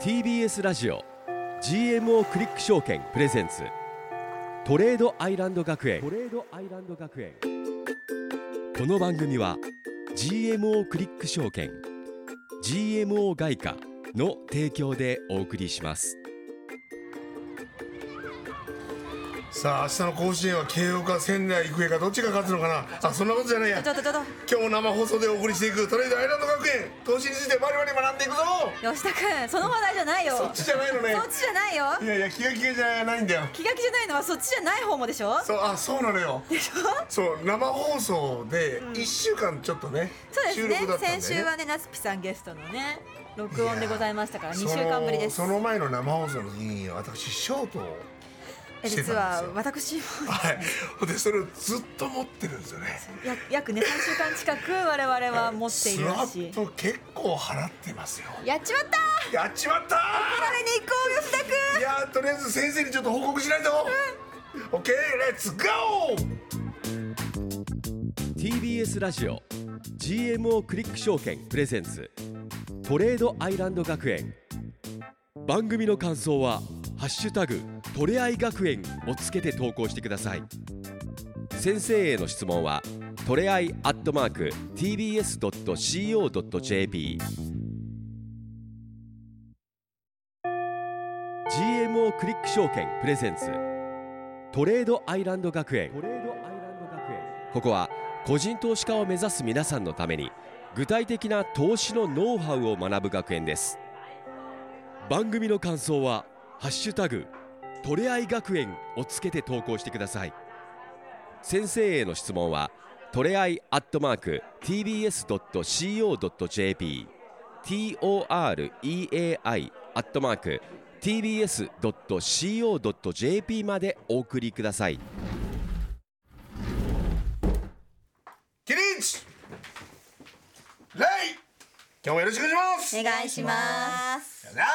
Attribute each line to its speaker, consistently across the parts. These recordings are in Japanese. Speaker 1: TBS ラジオ GMO クリック証券プレゼンツトレードアイランド学園トレードアイランド学園この番組は GMO クリック証券 GMO 外貨の提供でお送りします
Speaker 2: さあ明日の甲子園は慶応か仙台育英かどっちが勝つのかなあそんなことじゃないや
Speaker 3: ちょっとちょっと
Speaker 2: 今日も生放送でお送りしていくトレードアイランド学園投資についてバリバリ学んでいくぞ
Speaker 3: 吉田君その話題じゃないよ
Speaker 2: そっちじゃないのね
Speaker 3: そっちじゃないよ
Speaker 2: いやいや気が気がじゃないんだよ
Speaker 3: 気が気じゃないのはそっちじゃない方もでしょ
Speaker 2: そうあそうなのよ
Speaker 3: でしょ
Speaker 2: そう生放送で1週間ちょっとね、
Speaker 3: そうです
Speaker 2: 収
Speaker 3: ね
Speaker 2: 録だったんだよね
Speaker 3: 先週はねなつぴさんゲストのね録音でございましたから2週間ぶりです
Speaker 2: そのその前の生放送の時に私ショートを
Speaker 3: え
Speaker 2: してたんです
Speaker 3: 実
Speaker 2: よ
Speaker 3: は私も
Speaker 2: はいほんでそれをずっと持ってるんですよね
Speaker 3: や約ね3週間近く我々は持ってい
Speaker 2: ス
Speaker 3: る
Speaker 2: ワ
Speaker 3: し
Speaker 2: ップ結構払ってますよ
Speaker 3: やっちまった
Speaker 2: やっちまったー
Speaker 3: あれに行こう吉田君
Speaker 2: いやーとりあえず先生にちょっと報告しないと OK レッツゴー
Speaker 1: TBS ラジオ GMO クリック証券プレゼンツトレードアイランド学園番組の感想は「ハッシュタグトレアイ学園」をつけて投稿してください先生への質問はトレアイアットマーク TBS.CO.JP GMO クリック証券プレゼンツトレードアイランド学園ここは個人投資家を目指す皆さんのために具体的な投資のノウハウを学ぶ学園です番組の感想は「ハッシュタグトレアイ学園」をつけて投稿してください先生への質問はトレアイアットマーク TBS.CO.JP TOREAI アットマーク TBS.CO.JP までお送りください
Speaker 2: 起立レイ今日もよろしくお願いします
Speaker 3: お願いします
Speaker 2: やだ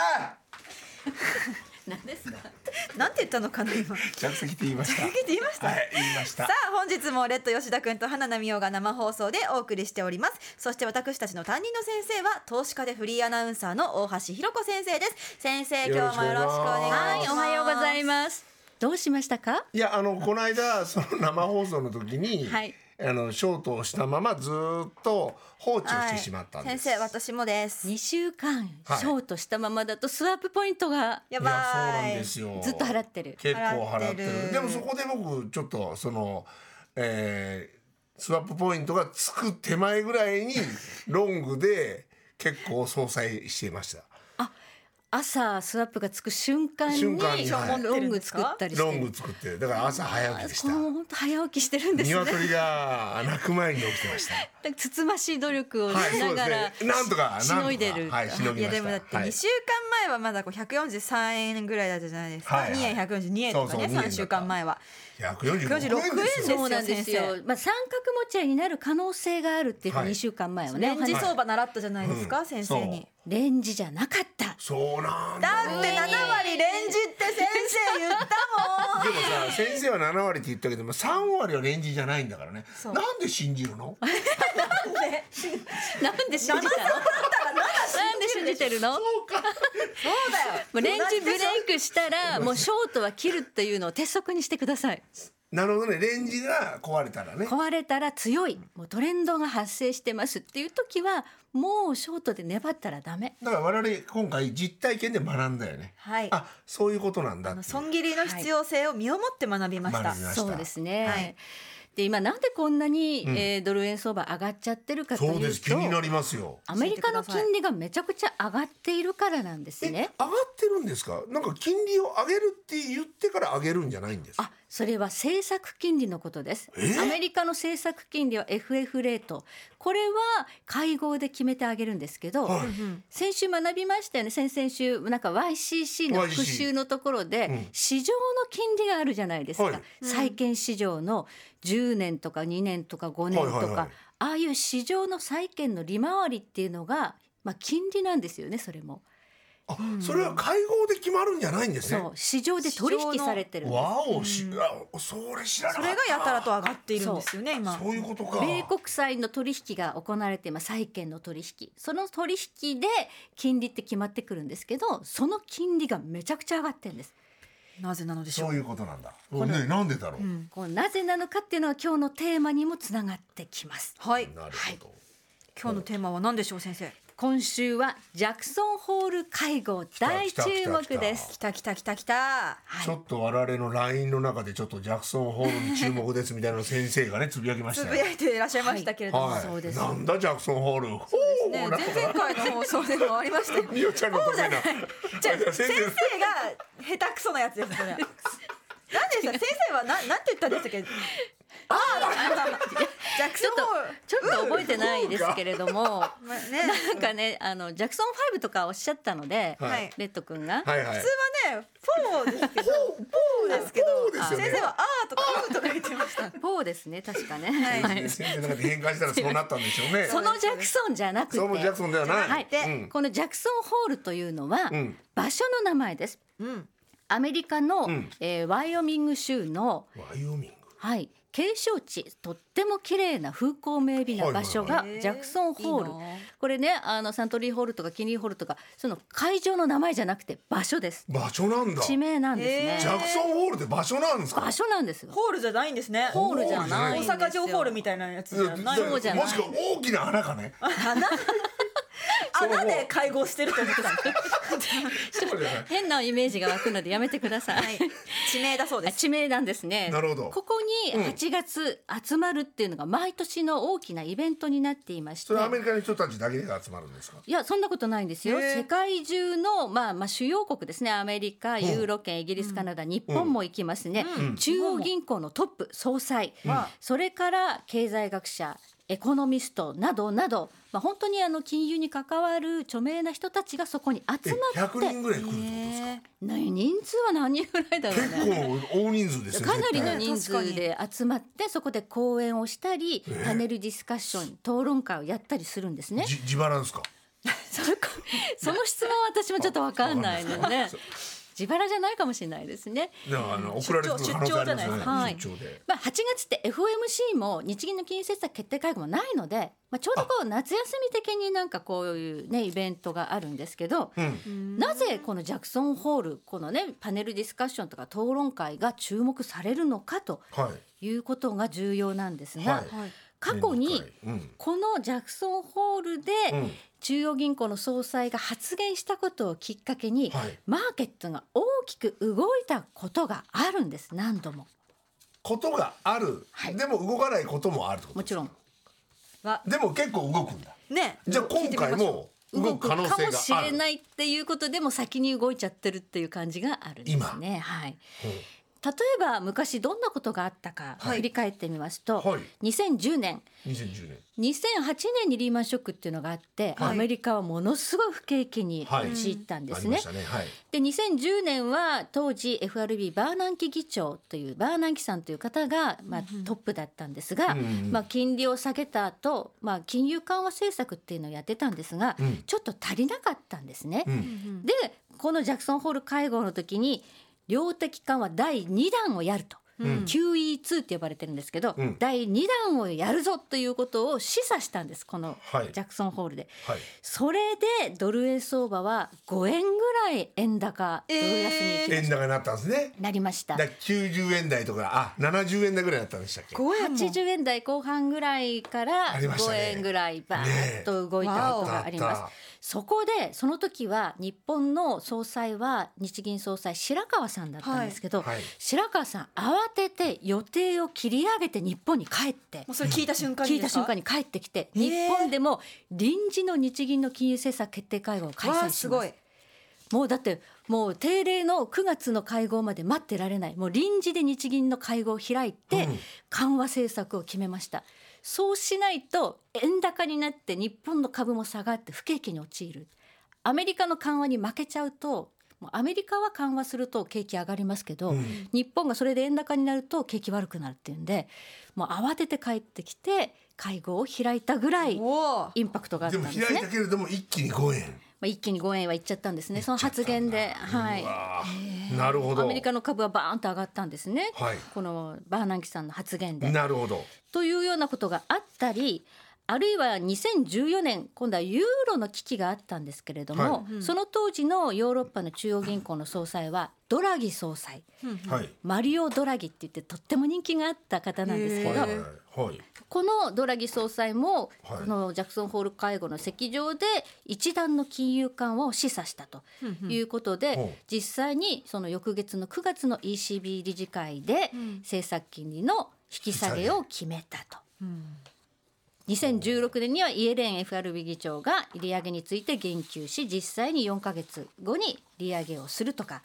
Speaker 3: なんて言ったのかな今
Speaker 2: ー着席って言いま した
Speaker 3: 聞いて言いました、
Speaker 2: はい言いました
Speaker 3: さあ本日もレッド吉田君と花奈美桜が生放送でお送りしておりますそして私たちの担任の先生は投資家でフリーアナウンサーの大橋ひろ子先生です先生今日もよろしくお願いします
Speaker 4: はい、おはようござい
Speaker 3: す
Speaker 4: ます。どうしましたか。
Speaker 2: いやあのこの間その生放送の時に、
Speaker 4: はい
Speaker 2: あのショートをしたままずーっと放置をしてしまったんで
Speaker 3: 先
Speaker 2: す、
Speaker 3: 生私もです
Speaker 4: 二週間シ
Speaker 2: はい
Speaker 4: ョートしたままだとスワップポイントが
Speaker 2: いや
Speaker 3: や
Speaker 2: そう
Speaker 3: ば
Speaker 2: なん
Speaker 3: い
Speaker 2: ですよ
Speaker 4: ずっと払ってる。
Speaker 2: 結構払ってる
Speaker 3: 払ってる
Speaker 2: でもそこで僕ちょっとそのえースワップポイントがつく手前ぐらいにロングで結構相殺していました
Speaker 4: 朝スワップがつく瞬間に
Speaker 2: 瞬間にはい
Speaker 4: ロング作ったりして
Speaker 2: ロ
Speaker 4: る。
Speaker 2: ング作ってだから朝早起きでし
Speaker 4: こ
Speaker 2: た
Speaker 4: れも本当早起きしてるんですね。
Speaker 2: 鶏が鳴く前に起きてました
Speaker 4: なんかつつましい努力をし
Speaker 2: はいそう
Speaker 4: な
Speaker 2: で
Speaker 4: がら
Speaker 2: すねなんとか
Speaker 4: し
Speaker 2: なんとか
Speaker 4: のいでる。
Speaker 2: はいしの
Speaker 3: い
Speaker 2: ぎ
Speaker 3: や
Speaker 2: まし
Speaker 3: で
Speaker 2: た
Speaker 3: もだって
Speaker 2: はい
Speaker 3: 2週間前はまだこう143円ぐらいだったじゃないですか、
Speaker 2: はいはい
Speaker 3: 2円142円とか
Speaker 2: そう
Speaker 3: ね
Speaker 2: そう
Speaker 3: 3週間前は
Speaker 2: 146
Speaker 3: 146
Speaker 2: 円ですよ
Speaker 3: 円
Speaker 4: そうなんですよ
Speaker 3: 先。
Speaker 4: まあ三角持ち合いになる可能性があるっていうふう
Speaker 2: は
Speaker 4: に
Speaker 2: い
Speaker 4: 二週間前はね、
Speaker 3: レンジ
Speaker 4: お話
Speaker 3: 相場習ったじゃないですか、
Speaker 2: うん
Speaker 3: 先生に
Speaker 4: レンジじゃなかった。
Speaker 2: そうなんだ
Speaker 3: だって7割レンジって先生 言ったもん
Speaker 2: でもさ先生は7割って言ったけども3割はレンジじゃないんだからね
Speaker 3: そう
Speaker 2: なんで信じるの
Speaker 4: なんで信じたの？なんで信じてるの？
Speaker 3: そうだよ
Speaker 4: もうレンジブレイクしたらもうショートは切るっていうのを鉄則にしてください
Speaker 2: なるほどねレンジが壊れたらね
Speaker 4: 壊れたら強いもうトレンドが発生してますっていう時はもうショートで粘ったらダメ
Speaker 2: だから我々今回実体験で学んだよね
Speaker 3: はい
Speaker 2: あそういうことなんだ
Speaker 3: あ
Speaker 2: ってい
Speaker 3: の
Speaker 2: う
Speaker 3: 損切りの必要性を身をもって学びました、
Speaker 2: 学びました
Speaker 4: そうですね、
Speaker 3: はい
Speaker 4: で今なんでこんなに、
Speaker 2: ん
Speaker 4: えードル円相場上がっちゃってるかと
Speaker 2: そう
Speaker 4: い
Speaker 2: で
Speaker 4: う
Speaker 2: す気にな
Speaker 4: と
Speaker 2: りますよ
Speaker 4: アメリカの金利がめちゃくちゃ上がっているからなんです
Speaker 2: え上が
Speaker 4: ね
Speaker 2: ってるんですかなんか金利を上げるって言ってから上げるんじゃないんですか
Speaker 4: あそれは政策金利のことです
Speaker 2: え
Speaker 4: アメリカの政策金利は FF レートこれは会合で決めてあげるんですけど、
Speaker 2: はい
Speaker 4: 先週学びましたよね先々週なんか YCC の
Speaker 2: YCC
Speaker 4: 復習のところで、
Speaker 2: うん
Speaker 4: 市場の金利があるじゃないですか、
Speaker 2: はい
Speaker 4: 債券市場の10年とか2年とか5年とか、
Speaker 2: はいはいはい
Speaker 4: ああいう市場の債券の利回りっていうのが、まあ、金利なんですよねそれも。
Speaker 2: あそれは会合で決まるんじゃないんですね
Speaker 4: そう市場で取引されてるんです
Speaker 2: わおし、あそれ知らなか
Speaker 3: そ
Speaker 2: った
Speaker 3: れがやたらと上がっているんですよね今
Speaker 2: そういうことか
Speaker 4: 米国債の取引が行われてます債券の取引その取引で金利って決まってくるんですけどその金利がめちゃくちゃ上がってるんです
Speaker 3: なぜなのでしょ
Speaker 2: そうういうことなんだねなんでだろう、
Speaker 4: こうなぜなのかっていうのは今日のテーマにもつながってきます
Speaker 3: はい
Speaker 2: なるほど、
Speaker 3: 今日のテーマは何でしょう先生
Speaker 4: 今週はジャクソンホール会合大注目です
Speaker 3: きたきたきたきた
Speaker 2: ちょっと我々の LINE の中でちょっとジャクソンホールに注目ですみたいなの先生がねつぶやきまし
Speaker 3: つ
Speaker 2: た
Speaker 3: ぶ
Speaker 2: よ
Speaker 3: やいていらっしゃいましたけれども、
Speaker 2: はい、
Speaker 4: そうです
Speaker 2: なんだジャクソンホールほう
Speaker 3: ね、前
Speaker 2: なんか
Speaker 3: 々回の放送でもありましたよ
Speaker 2: みおちゃんの得意な
Speaker 3: じゃあ
Speaker 2: あじゃあ 先
Speaker 3: 先生
Speaker 2: 生
Speaker 3: が下手くそなやつですそれ なんでした先生はななんて言ったんでしたっけああまあまあジャク
Speaker 4: ち
Speaker 3: ソ
Speaker 4: ょ
Speaker 3: ン
Speaker 4: っとちょっと覚えてないですけれども
Speaker 3: まあね
Speaker 4: なんかねあのジャクソン5とかおっしゃったので、
Speaker 2: はい
Speaker 4: レッド君が、
Speaker 2: はいはい
Speaker 3: 普通はねフォーですけどフォーですけど
Speaker 2: ですよね
Speaker 3: 先生はあーとかうーとか言ってました
Speaker 4: フォーですね確かね、
Speaker 3: はい
Speaker 4: はい
Speaker 2: 先生の中で変換したらそうなったんでしょうね
Speaker 4: そのジャクソンじゃなくて
Speaker 2: そのジャクソンではない、
Speaker 4: はい
Speaker 2: うん
Speaker 4: このジャクソンホールというのは、
Speaker 2: うん
Speaker 4: 場所の名前です
Speaker 3: うん
Speaker 4: アメリカの、
Speaker 2: うん
Speaker 4: えーワイオミング州の、
Speaker 2: ワイオミング
Speaker 4: はい、景勝地とっても綺麗な風光明媚な場所が
Speaker 3: はいはいはい
Speaker 4: ジャクソンホール、
Speaker 3: へーいいなあ
Speaker 4: これねあのサントリーホールとかキニーホールとかその会場の名前じゃなくて場所です
Speaker 2: 場所なんだ
Speaker 4: 地名なんです
Speaker 2: ジ
Speaker 4: ね
Speaker 2: ャクソンホールって場所なんですか
Speaker 4: 場所なんですよ
Speaker 3: ホールじゃないんですね
Speaker 4: ホールじゃないんですよ
Speaker 3: 大阪城ホールみたいなやつじゃない
Speaker 4: そうじゃない
Speaker 2: もしくは大きな穴かね
Speaker 3: 穴で会合してると思ってたんです
Speaker 2: そうじゃない
Speaker 4: 変なイメージが湧くのでやめてくださ い、
Speaker 3: はい地名だそうで
Speaker 4: あ
Speaker 3: す
Speaker 4: 地名なんですね。
Speaker 2: なるほど
Speaker 4: ここに
Speaker 2: うん
Speaker 4: 8月集まるっていうのが毎年の大きなイベントになっていまし
Speaker 2: そ
Speaker 4: て。
Speaker 2: れはアメリカの人たちだけが集まるんですか
Speaker 4: いやそんなことないんですよ、
Speaker 3: へー
Speaker 4: 世界中の、まあ、まあ主要国ですねアメリカユーロ圏イギリスカナダ日本も行きますね、中央銀行のトップ総裁、それから経済学者エコノミストなどなど、まあ、本当にあの金融に関わる著名な人たちがそこに
Speaker 2: え
Speaker 4: 集まっ
Speaker 2: 100人ぐらい来るってことですか
Speaker 4: な人数は何人ぐらいだろうね
Speaker 2: 結構大人数ですよ
Speaker 4: かな
Speaker 2: 絶
Speaker 4: りの
Speaker 2: 対
Speaker 4: 人数で集まってそこで講演をしたりパネルディスカッション討論会をやったりするんですね。
Speaker 2: じ自腹ですか
Speaker 4: そこその質問は私もちょっとわかんないので自腹じゃないかもしれないですね。
Speaker 2: でもあの送られてくる可能性ありますよね
Speaker 4: 出張はい
Speaker 2: 出張で
Speaker 4: まあ、8月って FOMC も日銀の金融政策決定会合もないので、まあ、ちょうどこう夏休み的になんかこういう、ね、イベントがあるんですけど、なぜこのジャクソンホールこの、ね、パネルディスカッションとか討論会が注目されるのかと
Speaker 2: はい
Speaker 4: いうことが重要なんですが、
Speaker 2: はい
Speaker 3: はい
Speaker 4: 過去に
Speaker 2: 年に一回うん
Speaker 4: このジャクソンホールで
Speaker 2: うん
Speaker 4: 中央銀行の総裁が発言したことをきっかけに
Speaker 2: はい
Speaker 4: マーケットが大きく動いたことがあるんです何度も
Speaker 2: ことがある
Speaker 4: はい
Speaker 2: でも動かないこともあるってこと
Speaker 4: もちろん
Speaker 3: は
Speaker 2: でも結構動くんだ
Speaker 3: ね
Speaker 2: じゃあ今回も動
Speaker 4: 動
Speaker 2: く
Speaker 4: く
Speaker 2: 可
Speaker 4: か
Speaker 2: 能
Speaker 4: も
Speaker 2: 性
Speaker 4: し
Speaker 2: があ
Speaker 4: れ
Speaker 2: る
Speaker 4: ないっていうことでも先に動いちゃってるっていう感じがあるんですね。はい例えば昔どんなことがあったか
Speaker 2: はい
Speaker 4: 振り返ってみますと、
Speaker 2: はい
Speaker 4: 2010年
Speaker 2: 2010年
Speaker 4: 2008年にリーマンショックっていうのがあって、
Speaker 2: はい
Speaker 4: アメリカはものすごい不景気に
Speaker 2: はい
Speaker 4: 陥ったんで
Speaker 2: あ
Speaker 4: す
Speaker 2: り
Speaker 4: ね。
Speaker 2: ましたねはい
Speaker 4: で2010年は当時 FRB バーナンキ議長というバーナンキさんという方が、まあ、トップだったんですが、
Speaker 2: うんうん
Speaker 4: まあ、金利を下げた後、まあ金融緩和政策っていうのをやってたんですが、
Speaker 2: うん
Speaker 4: ちょっと足りなかったんですね。
Speaker 2: うん
Speaker 4: でこのジャクソンホール会合の時に量的緩和第2弾をやると。QE2 って呼ばれてるんですけど、
Speaker 2: うん
Speaker 4: 第2弾をやるぞということを示唆したんですこの
Speaker 2: はい
Speaker 4: ジャクソンホールで、
Speaker 2: はい
Speaker 4: それでドル円相場は5円ぐらい円高ドル安に行き
Speaker 2: 円高になったんですね
Speaker 4: なりました、
Speaker 2: だから90円台とかあ70円台ぐらいだったんでしたっけ
Speaker 3: 5円も
Speaker 4: 80円台後半ぐらいから
Speaker 2: ありました
Speaker 4: 5
Speaker 2: ね
Speaker 4: 円ぐらいバーッと動いたことがあ
Speaker 2: ねえ
Speaker 4: ります、
Speaker 2: わおあったあった
Speaker 4: そこでその時は日本の総裁は日銀総裁白川さんだったんですけど、
Speaker 2: はいはい
Speaker 4: 白川さん慌てて予定を切り上げて日本に帰って
Speaker 3: もうそれ聞いた瞬間に
Speaker 4: 聞い
Speaker 3: で
Speaker 4: た
Speaker 3: すか
Speaker 4: 瞬間に帰ってきて
Speaker 3: へえ
Speaker 4: 日本でも臨時の日銀の金融政策決定会合を開
Speaker 3: わあ
Speaker 4: 催
Speaker 3: す
Speaker 4: し
Speaker 3: ご
Speaker 4: ま
Speaker 3: い
Speaker 4: すもうだってもう定例の9月の会合まで待ってられないもう臨時で日銀の会合を開いて
Speaker 2: うん
Speaker 4: 緩和政策を決めました、そうしないと円高になって日本の株も下がって不景気に陥るアメリカの緩和に負けちゃうともうアメリカは緩和すると景気上がりますけど、
Speaker 2: うん
Speaker 4: 日本がそれで円高になると景気悪くなるっていうんでもう慌てて帰ってきて会合を開いたぐらい
Speaker 3: おお
Speaker 4: インパクトがあった
Speaker 2: で
Speaker 4: ん
Speaker 2: も
Speaker 4: です
Speaker 2: 開いた。
Speaker 4: ね
Speaker 2: けれども一気に5円
Speaker 4: あ、一気に5円はいっちゃったんですねその発言で、は
Speaker 2: う
Speaker 4: い、
Speaker 2: わーなるほど
Speaker 4: アメリカの株はバーンと上がったんですね、
Speaker 2: はい
Speaker 4: このバーナンキさんの発言で。
Speaker 2: なるほど
Speaker 4: というようなことがあったりあるいは2014年今度はユーロの危機があったんですけれども、その当時のヨーロッパの中央銀行の総裁はドラギ総裁
Speaker 2: はい
Speaker 4: マリオ・ドラギって言ってとっても人気があった方なんですけ
Speaker 2: はい
Speaker 4: ど、
Speaker 2: はいはい
Speaker 4: このドラギ総裁も、
Speaker 2: はい
Speaker 4: このジャクソンホール会合の席上で一段の金融緩和を示唆したということで、
Speaker 2: ほう
Speaker 4: 実際にその翌月の9月の ECB 理事会で政策金利の引き下げを決めたと。2016年にはイエレン FRB 議長が利上げについて言及し実際に4ヶ月後に利上げをするとか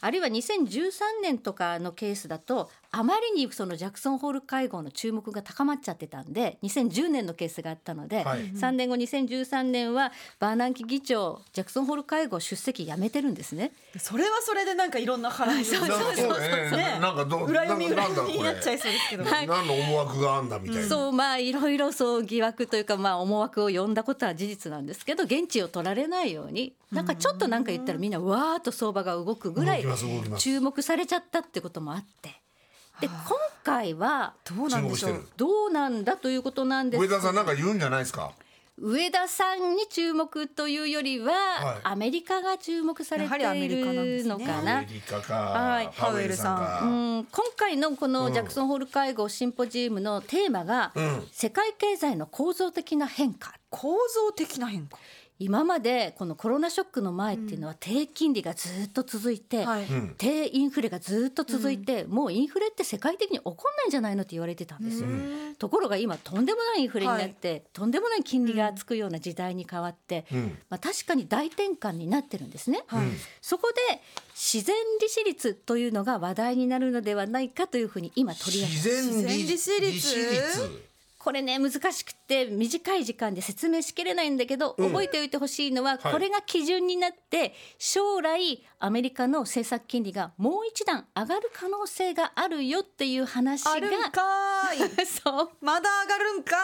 Speaker 4: あるいは2013年とかのケースだとあまりにそのジャクソンホール会合の注目が高まっちゃってたんで2010年のケースがあったので、
Speaker 2: はい
Speaker 4: 3年後2013年はバーナンキ議長ジャクソンホール会合出席やめてるんですね。
Speaker 3: それはそれでなんかいろんな話そう
Speaker 2: なんかそうねなんかどう
Speaker 3: 裏読み裏
Speaker 2: なんだこ
Speaker 3: 読み
Speaker 2: れ
Speaker 3: になっちゃいそうですけど、
Speaker 4: はい
Speaker 2: 何の思惑があんだみたいな
Speaker 4: そうまあいろいろそう疑惑というかまあ思惑を呼んだことは事実なんですけど現地を取られないようになんかちょっとなんか言ったらみんなわーっと相場が動くぐら
Speaker 2: 動
Speaker 4: い
Speaker 2: きます動きます
Speaker 4: 注目されちゃったってこともあってで今回は
Speaker 3: どうなんでしょ
Speaker 2: 注目し
Speaker 3: う
Speaker 2: て
Speaker 4: どうなんだということなんです
Speaker 2: 上田さんなんか言うんじゃないですか
Speaker 4: 上田さんに注目というよりは、
Speaker 2: はい
Speaker 4: アメリカが注目されて
Speaker 3: やはりアメ
Speaker 4: い
Speaker 3: リカなんで
Speaker 4: る
Speaker 3: すね
Speaker 4: のか
Speaker 2: ア
Speaker 4: な
Speaker 2: メ。リカか、
Speaker 4: はい
Speaker 2: ハウエルさん
Speaker 3: ハ
Speaker 2: か、
Speaker 4: うん今回のこのジャクソンホール会合シンポジウムのテーマが、
Speaker 2: ん
Speaker 4: 世界経済の構造的な変化
Speaker 3: 構造的な変化
Speaker 4: 今までこのコロナショックの前っていうのは低金利がずっと続いて、
Speaker 3: はい
Speaker 2: ん
Speaker 4: 低インフレがずっと続いて、もうインフレって世界的に起こんないんじゃないのって言われてたんですよ。ところが今とんでもないインフレになって、とんでもない金利がつくような時代に変わって、
Speaker 2: ん
Speaker 4: まあ、確かに大転換になってるんですね。そこで自然利子率というのが話題になるのではないかというふうに今取り上げ
Speaker 2: 自然利
Speaker 3: 自然利子率
Speaker 4: これね難しくて短い時間で説明しきれないんだけど、覚えておいてほしいのは、
Speaker 2: はい
Speaker 4: これが基準になって将来アメリカの政策金利がもう一段上がる可能性があるよっていう話が
Speaker 3: あるんかーい
Speaker 4: そう
Speaker 3: まだ上がるんか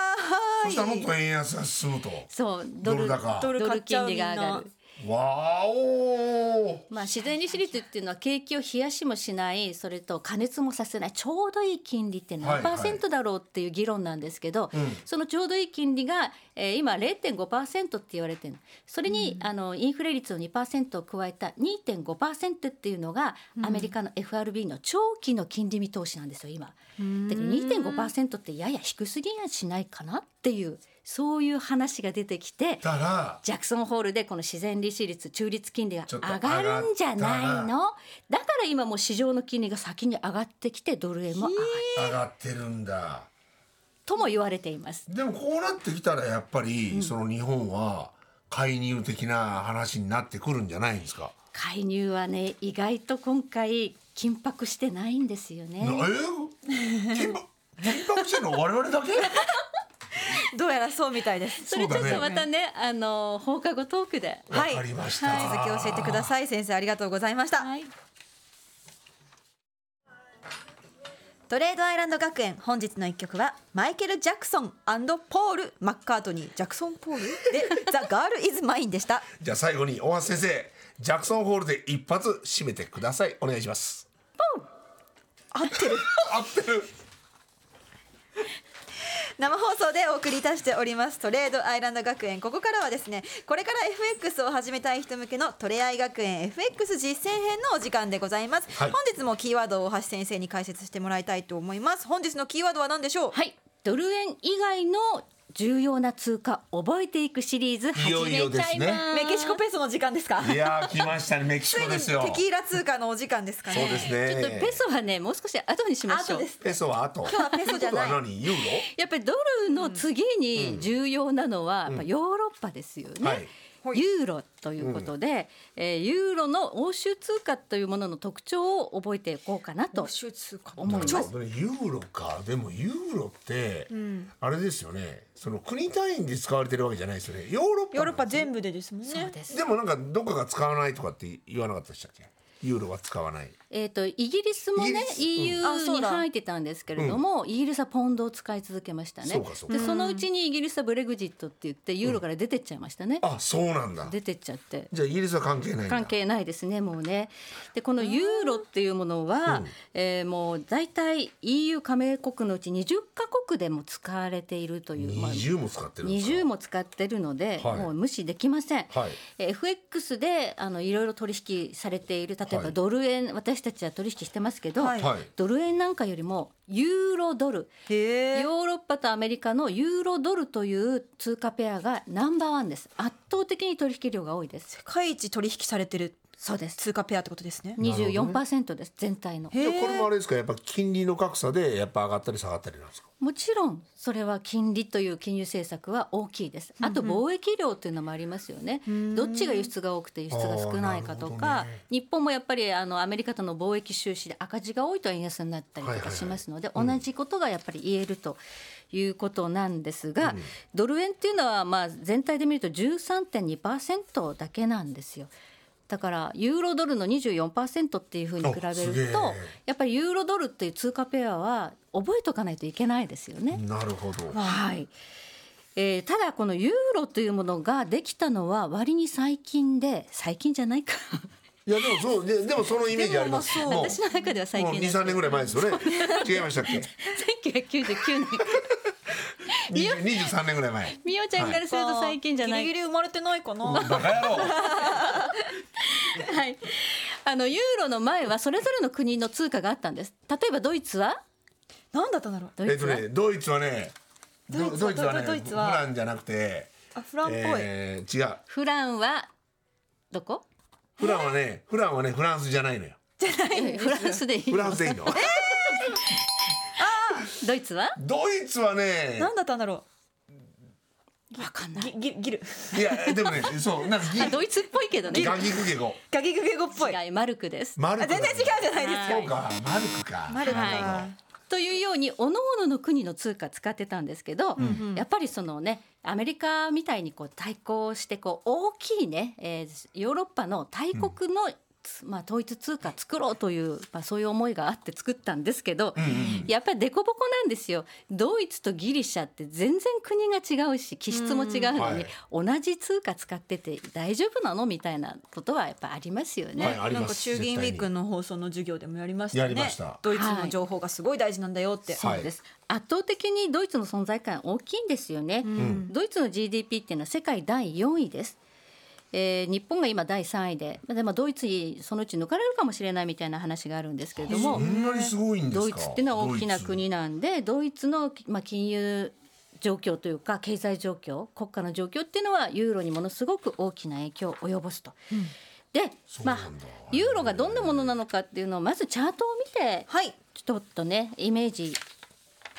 Speaker 2: そしたらも
Speaker 3: ー
Speaker 2: っ
Speaker 3: い
Speaker 2: と円安が進むと
Speaker 4: そう
Speaker 2: ドル高
Speaker 3: ドル
Speaker 4: ド
Speaker 3: 買
Speaker 4: ル
Speaker 3: っちゃう
Speaker 4: 金利が上が
Speaker 3: み
Speaker 4: る
Speaker 3: ん。
Speaker 2: わーおー
Speaker 4: まあ、自然利子率っていうのは景気を冷やしもしないそれと加熱もさせないちょうどいい金利って
Speaker 2: はい
Speaker 4: 何パ
Speaker 2: はい
Speaker 4: ーセントだろうっていう議論なんですけど、
Speaker 2: ん
Speaker 4: そのちょうどいい金利が、えー、今0.5%って言われてるそれに、あのインフレ率の2%を加えた2.5%っていうのがアメリカの FRB の長期の金利見通しなんですよ今。だけど2.5%ってやや低すぎやしないかなっていうそういう話が出てき
Speaker 2: だ
Speaker 4: て。
Speaker 2: から
Speaker 4: ジャクソンホールでこの自然利子率中立金利が
Speaker 2: ちょっと
Speaker 4: 上がるんじゃな
Speaker 2: 上が
Speaker 4: い
Speaker 2: った
Speaker 4: のだから今もう市場の金利が先に上がってきてドル円も上がる
Speaker 2: 上がってるんだ
Speaker 4: とも言われています
Speaker 2: でもこうなってきたらやっぱり、その日本は介入的な話になってくるんじゃないんですか、
Speaker 4: 介入はね意外と今回緊迫してないんですよ
Speaker 2: え
Speaker 4: ね
Speaker 2: えー、緊迫緊迫してるの我々 だけ
Speaker 3: どうやらそうみたいです
Speaker 4: それちょっ
Speaker 2: そうだ
Speaker 4: と
Speaker 2: ね
Speaker 4: またねあの放課後トークで
Speaker 2: わ
Speaker 3: はい
Speaker 2: かりました、
Speaker 3: はい続き教えてください先生ありがとうございました、
Speaker 4: はい
Speaker 3: トレードアイランド学園本日の一曲はマイケル・ジャクソンポール・マッカートニージャクソン・ポールで「ザ・ガール・イズ・マイン」でした
Speaker 2: じゃあ最後に大橋先生ジャクソンホールで一発締めてくださいお願いします
Speaker 3: 合ってる
Speaker 2: 合ってる
Speaker 3: 生放送でお送りいたしておりますトレードアイランド学園ここからはですねこれから FX を始めたい人向けのトレアイ学園 FX 実践編のお時間でございます、
Speaker 2: はい
Speaker 3: 本日もキーワードを大橋先生に解説してもらいたいと思います本日のキーワードは何でしょう
Speaker 4: はいドル円以外の重要な通貨覚えていくシリーズ始めちゃいます
Speaker 2: いよいよですね
Speaker 3: メキシコペソの時間ですか
Speaker 2: いやー来ましたねメキシコですよ
Speaker 3: テキーラ通貨のお時間ですかね
Speaker 2: そうです
Speaker 4: ちょっと
Speaker 2: ね
Speaker 4: ペソはねもう少し後にしましょ
Speaker 3: 後
Speaker 4: う
Speaker 3: です
Speaker 2: ペソは後
Speaker 3: 今日はペソじ
Speaker 2: という
Speaker 3: ゃない
Speaker 2: ことは何ユーロ
Speaker 4: やっぱりドルの次に重要なのは、やっぱヨーロッパですよね。
Speaker 2: はい
Speaker 4: ユーロということで、えーユーロの欧州通貨というものの特徴を覚えていこうかなと
Speaker 3: 欧州通貨
Speaker 4: 思います。
Speaker 2: でもユーロかでもユーロって、あれですよねその国単位で使われてるわけじゃないですよねヨーロッパ
Speaker 3: ヨーロッパ全部でですもんね
Speaker 4: です
Speaker 2: でもなんかどっかが使わないとかって言わなかったでしたっけユーロは使わない。
Speaker 4: えー、とイギリスもね
Speaker 2: イギ
Speaker 4: EU
Speaker 3: あそう
Speaker 4: に
Speaker 3: だ
Speaker 4: 入ってたんですけれども、イギリスはポンドを使い続けましたね
Speaker 2: そうかそうか
Speaker 4: でそのうちにイギリスはブレグジットって言ってユーロから出てっちゃいましたね、
Speaker 2: あ、そうなんだ。
Speaker 4: 出てっちゃって
Speaker 2: じゃあイギリスは関係ないんだ。
Speaker 4: 関係ないですねもうねでこのユーロっていうものは、えーもう大体 EU 加盟国のうち20カ国でも使われているという、まあ
Speaker 2: 二十も使ってるんですか。
Speaker 4: 20も使ってるので、
Speaker 2: はい
Speaker 4: もう無視できません、
Speaker 2: はい
Speaker 4: えー FX であのいろいろ取引されている例え
Speaker 2: は
Speaker 4: ば
Speaker 2: い
Speaker 4: ドル円、私たちは取引してますけど、
Speaker 3: はい
Speaker 2: はい。
Speaker 4: ドル円なんかよりもユーロドルヨ
Speaker 3: へえ
Speaker 4: ーロッパとアメリカのユーロドルという通貨ペアがナンバーワンです圧倒的に取引量が多いです
Speaker 3: 世界一取引されてる
Speaker 4: そうです
Speaker 3: 通貨ペアってことですね
Speaker 4: 24%です全体の
Speaker 2: でこれもあれですか、やっぱ金利の格差でやっぱ上がったり下がったりなんですか。
Speaker 4: もちろんそれは金利という金融政策は大きいですあと貿易量というのもありますよねどっちが輸出が多くて輸出が少ないかと
Speaker 2: あーな
Speaker 4: か
Speaker 2: るほどね
Speaker 4: 日本もやっぱりあのアメリカとの貿易収支で赤字が多いと円安になったり
Speaker 2: はい
Speaker 4: と
Speaker 2: はい
Speaker 4: か
Speaker 2: はい
Speaker 4: しますので同じことがやっぱり言えるということなんですがドル円っていうのはまあ全体で見ると13.2%だけなんですよ。だからユーロドルの24%っていうふうに比べ
Speaker 2: あすげ
Speaker 4: る
Speaker 2: え
Speaker 4: とやっぱりユーロドルっていう通貨ペアは覚えとかないといけないですよね。
Speaker 2: なるほど。
Speaker 4: はいえーただこのユーロというものができたのは割に最近で最近じゃないか
Speaker 2: いやでもそうででもそのイメージあります。
Speaker 3: でもまあ
Speaker 2: も
Speaker 4: 私の中では
Speaker 2: う
Speaker 4: 最
Speaker 2: もう二
Speaker 4: 近です
Speaker 2: 三年ぐらい前ですよね。違いましたっけ？
Speaker 4: 1999年
Speaker 2: 二十二十三年ぐらい前。
Speaker 4: みおちゃんからすると最近じゃない
Speaker 3: ギリギリ生まれてないかな、
Speaker 2: バカ野郎。
Speaker 4: はい、あのユーロの前はそれぞれの国の通貨があったんです例えばドイツは
Speaker 3: なんだったんだろう
Speaker 4: ド
Speaker 2: え
Speaker 4: イ
Speaker 2: っと
Speaker 4: ツは、
Speaker 2: ねドイツはねド
Speaker 3: ドイツは
Speaker 2: ド
Speaker 3: ド
Speaker 2: イ
Speaker 3: イ
Speaker 2: ツ
Speaker 3: ツ
Speaker 2: はねフラ
Speaker 3: は
Speaker 2: ンじゃなくて
Speaker 3: あフランっぽい、
Speaker 2: えー違う
Speaker 4: フランはどこ
Speaker 2: フランはねフランはねフランスじゃないのよ
Speaker 4: えフランスでいい
Speaker 2: フランスでいいの。
Speaker 4: ドイツは
Speaker 2: ドイツはね
Speaker 3: なんだったんだろ
Speaker 4: わかん
Speaker 3: う
Speaker 4: ない
Speaker 3: ギギギル
Speaker 2: いやでもねそうなんか
Speaker 4: あドイツっぽいけどね
Speaker 2: ギガギクゲゴ
Speaker 3: ガギグゲゴっぽいあ
Speaker 4: 違いマルクです
Speaker 2: マル
Speaker 3: 全
Speaker 2: クだ
Speaker 3: 然違うじゃないですか
Speaker 2: そうかマルクか
Speaker 3: マルク
Speaker 4: はい
Speaker 3: は
Speaker 4: というように各々の国の通貨使ってたんですけど、やっぱりそのねアメリカみたいにこう対抗してこう大きいね、えーヨーロッパの大国の、つまあ、統一通貨作ろうという、まあ、そういう思いがあって作ったんですけど、やっぱり凸凹なんですよドイツとギリシャって全然国が違うし気質も違うのに、同じ通貨使ってて大丈夫なのみたいなことはやっぱありますよね。
Speaker 2: はいあります
Speaker 3: なんか中銀ウィークの放送の授業でもやりましたよね
Speaker 2: やりました
Speaker 3: ドイツの情報がすごい大事なんだよって、
Speaker 2: はい
Speaker 4: そうです圧倒的にドイツの存在感大きいんですよね、ドイツの GDP っていうのは世界第4位です、えー日本が今第3位でまあでもドイツにそのうち抜かれるかもしれないみたいな話があるんですけれども
Speaker 2: そんなにすごいんですか
Speaker 4: ドイツっていうのは大きな国なんでドイツの、まあ、金融状況というか経済状況国家の状況っていうのはユーロにものすごく大きな影響を及ぼすと。で、
Speaker 2: そう
Speaker 4: ま
Speaker 2: な
Speaker 4: あ
Speaker 2: んだ、
Speaker 4: ユーロがどんなものなのかっていうのをまずチャートを見て
Speaker 3: はい
Speaker 4: ちょっとねイメージ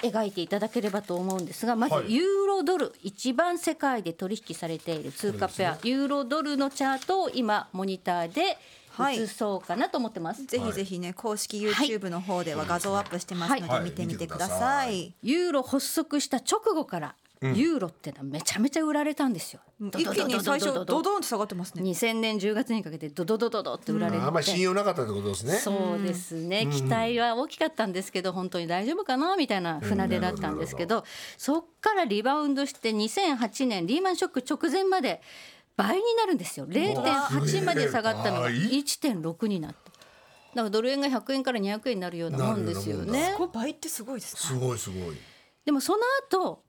Speaker 4: 描いていただければと思うんですがまず
Speaker 2: はい
Speaker 4: ユーロドル、一番世界で取引されている通貨ペア、ユーロドルのチャートを今モニターで
Speaker 3: はい
Speaker 4: 映そうかなと思ってます、
Speaker 3: ぜひぜひね公式 YouTube の方では画像アップしてますの
Speaker 2: は
Speaker 3: で
Speaker 2: い
Speaker 3: 見てみてくだ
Speaker 2: は
Speaker 3: さ
Speaker 2: い
Speaker 3: い。
Speaker 4: ユーロ発足した直後から、ユーロってのはめちゃめちゃ売られたんですよ。
Speaker 3: うん一気に最初ドド
Speaker 4: ド
Speaker 3: ーンって下がってますね。
Speaker 4: 2000年10月にかけてドドドドドって売られて、
Speaker 2: あんまり信用なかったってことですね
Speaker 4: そうですね、期待は大きかったんですけど本当に大丈夫かなみたいな船出だったんですけど,、そっからリバウンドして2008年リーマンショック直前まで倍になるんですよ0.8まで下がったのが
Speaker 2: 倍
Speaker 4: 1.6になっただからドル円が100円から200円になるようなもんですよ
Speaker 2: なるようなもん
Speaker 4: ね
Speaker 3: ここ倍ってすごいです
Speaker 2: す
Speaker 3: ね。
Speaker 2: ごいすごい
Speaker 4: でもその後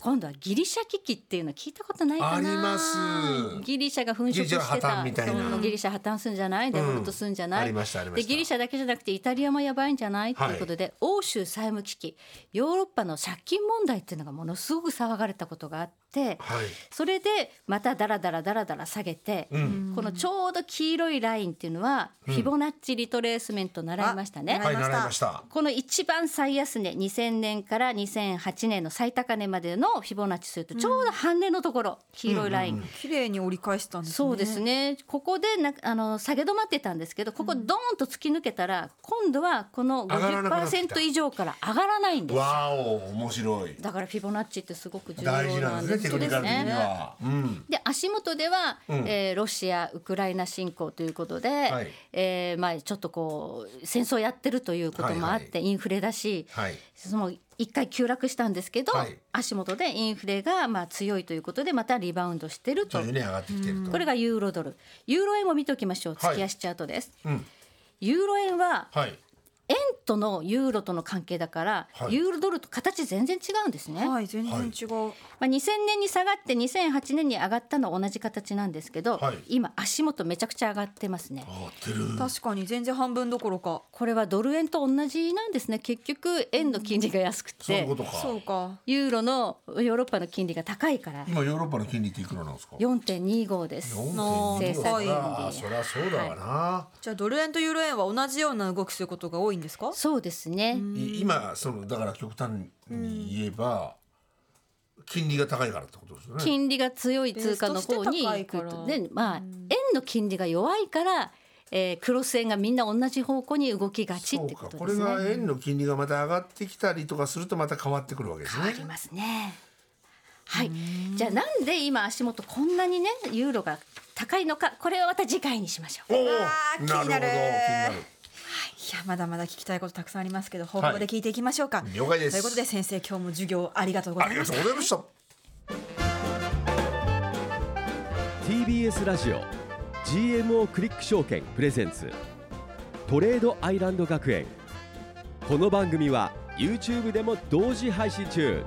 Speaker 4: 今度はギリシャ危機っていうの聞いたことないかな
Speaker 2: あります
Speaker 4: ギリシャが粉飾して
Speaker 2: ギリシャ
Speaker 4: た
Speaker 2: 破綻みたいな
Speaker 4: そうギリシャ破綻するんじゃないデフォルトするんじゃない、
Speaker 2: ありましたありま
Speaker 4: で
Speaker 2: した
Speaker 4: ギリシャだけじゃなくてイタリアもやばいんじゃないということで、欧州債務危機ヨーロッパの借金問題っていうのがものすごく騒がれたことがあって、
Speaker 2: はい
Speaker 4: それでまたダラダラダラダラ下げて、このちょうど黄色いラインっていうのはフィボナッチリトレースメント習いましたね。
Speaker 3: あ
Speaker 2: はい
Speaker 3: 習
Speaker 2: 習
Speaker 3: い
Speaker 2: い
Speaker 3: ま
Speaker 2: ま
Speaker 3: し
Speaker 2: した
Speaker 4: この一番最安値2000年から2008年の最高値までののフィボナッチするとちょうど半値のところ、黄色いライン、
Speaker 3: 綺麗に折り返したんですね
Speaker 4: そうですねここでなあの下げ止まってたんですけどここドーンと突き抜けたら、今度はこの
Speaker 2: 上がらなくなってきた
Speaker 4: 50%以上から上がらないんです
Speaker 2: わお面白い
Speaker 4: だからフィボナッチってすごく重
Speaker 2: 大
Speaker 4: 要
Speaker 2: 事
Speaker 4: な
Speaker 2: なんん
Speaker 4: で
Speaker 2: ですすねテク
Speaker 4: そう
Speaker 2: ニ
Speaker 4: で
Speaker 2: カ
Speaker 4: す
Speaker 2: ル的に
Speaker 4: ね
Speaker 2: は、うん
Speaker 4: で足元では、
Speaker 2: うん
Speaker 4: えーロシアウクライナ侵攻ということで、
Speaker 2: はい
Speaker 4: えーまあ、ちょっとこう戦争やってるということもあって、
Speaker 2: は
Speaker 4: インフレだし、
Speaker 2: はい
Speaker 4: その一回急落したんですけど、
Speaker 2: はい
Speaker 4: 足元でインフレがまあ強いということでまたリバウンドしてる
Speaker 2: 徐
Speaker 4: と
Speaker 2: 々に上がってきてると
Speaker 4: これがユーロドルユーロ円を見ておきましょう
Speaker 2: はい
Speaker 4: 月足チャートです、
Speaker 2: うん
Speaker 4: ユーロ円は
Speaker 2: はい
Speaker 4: 円とのユーロとの関係だから、
Speaker 2: はい
Speaker 4: ユーロドルと形全然違うんですね、
Speaker 3: はい全然違う、
Speaker 4: まあ、2000年に下がって2008年に上がったのは同じ形なんですけど、
Speaker 2: はい
Speaker 4: 今足元めちゃくちゃ上がってますね
Speaker 2: 上がってる
Speaker 3: 確かに全然半分どころか
Speaker 4: これはドル円と同じなんですね結局円の金利が安く
Speaker 2: そういう
Speaker 4: て
Speaker 2: ことか
Speaker 3: そうか
Speaker 4: ユーロのヨーロッパの金利が高いから
Speaker 2: 今ヨーロッパの金利っていくらなんですか
Speaker 4: 4.25です
Speaker 3: の
Speaker 2: 4.25
Speaker 3: 高い
Speaker 2: ああそりゃそうだわな、
Speaker 3: じゃあドル円とユーロ円は同じような動きすることが多いんですか
Speaker 4: そうですね
Speaker 2: い今そのだから極端に言えば、金利が高いからってことですよね
Speaker 4: 金利が強い通貨の方に行
Speaker 3: ベースとして
Speaker 4: く
Speaker 3: 高
Speaker 4: と
Speaker 3: いから
Speaker 4: でまあ円の金利が弱いから、えー、クロス円がみんな同じ方向に動きがちっ
Speaker 2: そう
Speaker 4: て
Speaker 2: か
Speaker 4: こ
Speaker 2: こと
Speaker 4: で
Speaker 2: れ
Speaker 4: すね。
Speaker 2: が円の金利がまた上がってきたりとかするとまた変わってくるわけです
Speaker 4: 変わり
Speaker 2: ね
Speaker 4: ますね。はい。じゃあなんで今足元こんなにねユーロが高いのかこれはまた次回にしましょう。
Speaker 2: おお
Speaker 3: わあ気になる
Speaker 2: なるほど気にない
Speaker 3: やまだまだ聞きたいことたくさんありますけど方向で聞いていきましょうか、
Speaker 2: い了解です
Speaker 3: ということで先生今日も授業ありがとうご
Speaker 2: るあ
Speaker 3: ざ
Speaker 2: り
Speaker 3: い
Speaker 2: が
Speaker 3: まし
Speaker 2: と
Speaker 3: た
Speaker 2: うございました
Speaker 1: TBS ラジオ GMO クリック証券プレゼンツトレードアイランド学園この番組は YouTube でも同時配信中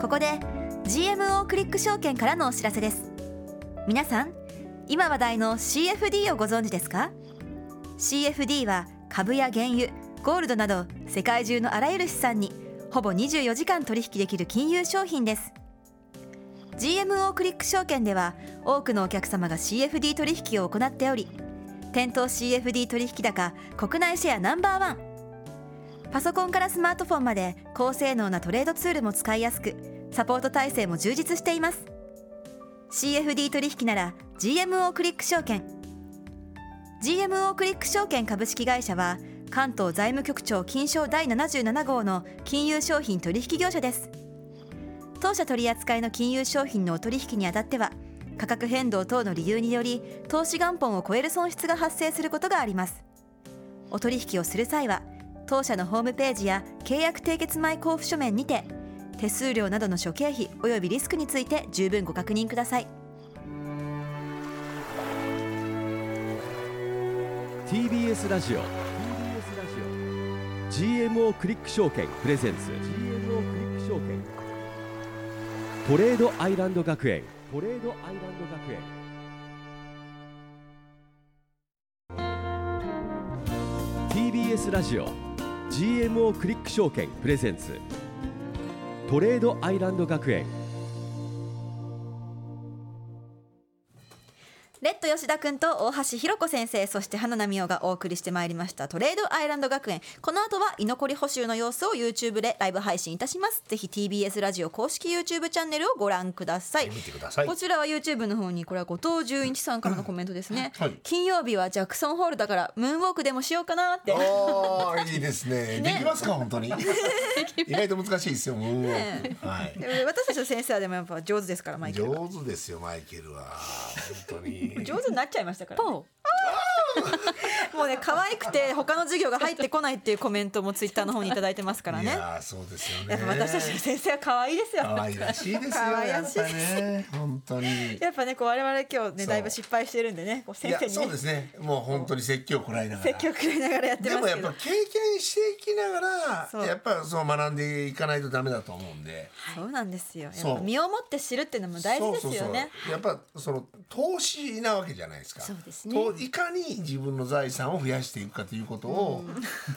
Speaker 3: ここで GMO クリック証券からのお知らせです皆さん今話題の CFD をご存知ですか CFD は株や原油ゴールドなど世界中のあらゆる資産にほぼ24時間取引できる金融商品です GMO クリック証券では多くのお客様が CFD 取引を行っており店頭 CFD 取引高国内シェアナンバーワンパソコンからスマートフォンまで高性能なトレードツールも使いやすくサポート体制も充実しています CFD 取引なら GMO クリック証券 GMO クリック証券株式会社は関東財務局長金賞第77号の金融商品取引業者です当社取扱いの金融商品のお取引にあたっては価格変動等の理由により投資元本を超える損失が発生することがありますお取引をする際は当社のホームページや契約締結前交付書面にて手数料などの諸経費およびリスクについて十分ご確認ください
Speaker 1: TBS ラジオ GMO クリック証券プレゼンツ GMO クリック証券トレードアイランド学園トレードアイランド学園 TBS ラジオ GMO クリック証券プレゼンツトレードアイランド学園
Speaker 3: レッド吉田君と大橋弘子先生そして花奈美桜がお送りしてまいりましたトレードアイランド学園この後は居残り補修の様子を YouTube でライブ配信いたしますぜひ TBS ラジオ公式 YouTube チャンネルをご覧ください
Speaker 2: 見てください
Speaker 3: こちらは YouTube の方にこれは後藤純一さんからのコメントですね、
Speaker 2: はい
Speaker 3: 金曜日はジャクソンホールだからムーンウォークでもしようかなって
Speaker 2: おーいいですねできますか本当 に意外と難しいですよムーンウォークはい
Speaker 3: で私たちの先生はでもやっぱ上手ですからマイケルは
Speaker 2: 上手ですよマイケルは本当に
Speaker 3: 上手になっちゃいま したから、ね、
Speaker 4: ポ
Speaker 3: もうね可愛くて他の授業が入ってこないっていうコメントもツイッターの方に頂いただいてますから
Speaker 2: い
Speaker 3: ね
Speaker 2: やーそうですよ
Speaker 3: や
Speaker 2: ね
Speaker 3: っぱ私たちの先生は可愛いですよ
Speaker 2: 可愛らしいですよ
Speaker 3: 可愛
Speaker 2: や
Speaker 3: ら
Speaker 2: っ
Speaker 3: しい
Speaker 2: ぱね本当に
Speaker 3: やっぱねこう我々今日
Speaker 2: そ
Speaker 3: ね
Speaker 2: う
Speaker 3: だいぶ失敗してるんでねこう
Speaker 2: い
Speaker 3: 先
Speaker 2: や
Speaker 3: 生
Speaker 2: そう
Speaker 3: に
Speaker 2: で
Speaker 3: ね
Speaker 2: すねもう本当に説教こらいながら
Speaker 3: 説教くれながらやって
Speaker 2: で
Speaker 3: ま
Speaker 2: も
Speaker 3: す
Speaker 2: や
Speaker 3: け
Speaker 2: っ
Speaker 3: ど
Speaker 2: ぱ経験していきなが
Speaker 3: そう
Speaker 2: らやっぱその学んでいかないとダメだと思うんで
Speaker 3: そうなんですよやっ
Speaker 2: そ
Speaker 3: ぱ
Speaker 2: う
Speaker 3: 身をもって知るっていうのも大事ですよ
Speaker 2: そ
Speaker 3: ね
Speaker 2: うそうそうやっぱその投資なわけじゃないですか
Speaker 4: そうですね
Speaker 2: といかに自分の財産を増やしていくかということを